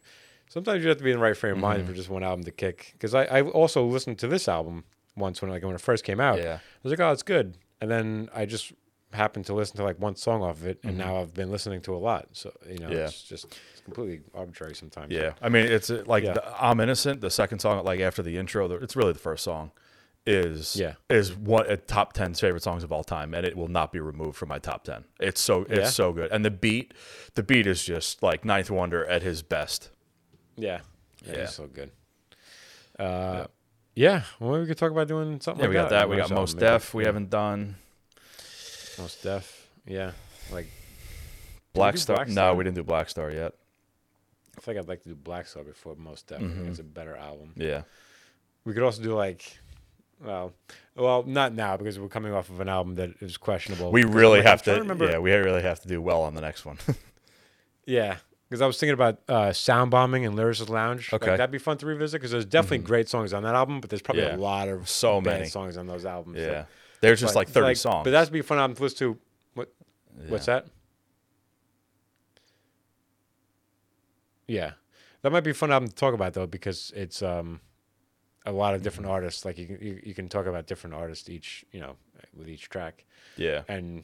S3: Sometimes you have to be in the right frame of mind
S2: Mm-hmm.
S3: for just one album to kick. Because I, I also listened to this album once when like when it first came out.
S2: Yeah.
S3: I was like, oh, it's good, and then I just happened to listen to like one song off of it, and now I've been listening to a lot. So you know,
S2: Mm-hmm. Yeah.
S3: it's just it's completely arbitrary sometimes.
S2: Yeah. I mean, it's uh, like
S3: Yeah.
S2: the, I'm innocent, the second song like after the intro, the- it's really the first song is
S3: Yeah.
S2: is one a top 10 favorite songs of all time and it will not be removed from my top 10. It's so it's
S3: Yeah.
S2: so good. And the beat, the beat is just like Ninth Wonder at his best.
S3: Yeah. Yeah.
S2: Yeah.
S3: He's so good. Uh, yeah. Well, maybe we could talk about doing something like
S2: Yeah,
S3: uh,
S2: we got
S3: that.
S2: that. We got Most Def.
S3: deaf.
S2: We haven't done
S3: Most Def. Yeah. Like,
S2: Black
S3: do
S2: Star.
S3: Black
S2: No,
S3: Star?
S2: we didn't do Black Star yet.
S3: I feel like I'd like to do Black Star before Most Def.
S2: Mm-hmm.
S3: I think it's a better album.
S2: Yeah.
S3: We could also do like, well, well, not now because we're coming off of an album that is questionable.
S2: We
S3: Because I'm
S2: really
S3: like, I'm
S2: have
S3: trying
S2: to.
S3: remember-
S2: Yeah, we really have to do well on the next one. <laughs>
S3: Yeah, because I was thinking about uh, sound bombing and Lyricist Lounge. Like,
S2: Okay. Mm-hmm.
S3: that'd be fun to revisit because there's definitely great songs on that album, but there's probably a
S2: Yeah.
S3: lot of
S2: So
S3: bad
S2: many.
S3: songs on those albums. that-
S2: yeah. There's just
S3: but
S2: like
S3: it's
S2: 30 songs.
S3: But that'd be a fun album to listen to. What? What's that? Yeah, that might be a fun album to talk about though because it's um a lot of
S2: Mm-hmm.
S3: different artists. Like you can you, you can talk about different artists each you know with each track,
S2: yeah.
S3: and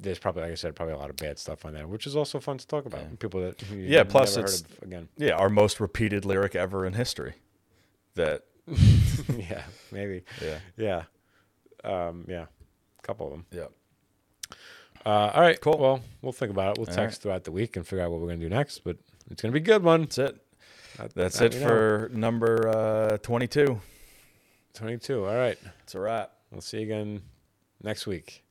S3: there's probably like I said probably a lot of bad stuff on there, which is also fun to talk about. People that who you've
S2: Yeah, plus
S3: never heard
S2: it's-
S3: of again. <laughs>
S2: yeah. Our most repeated lyric ever in history. That.
S3: yeah, maybe.
S2: Yeah.
S3: Yeah, um, yeah, couple of them.
S2: Yeah.
S3: Uh, all right,
S2: Cool.
S3: cool. Well, we'll think about it. We'll
S2: All
S3: text
S2: right.
S3: throughout the week and figure out what we're gonna do next. But it's gonna be a good one.
S2: That's it.
S3: That-
S2: That's
S3: that
S2: it
S3: we know.
S2: for number uh, 22.
S3: twenty-two. All right,
S2: It's a wrap.
S3: we'll see you again next week.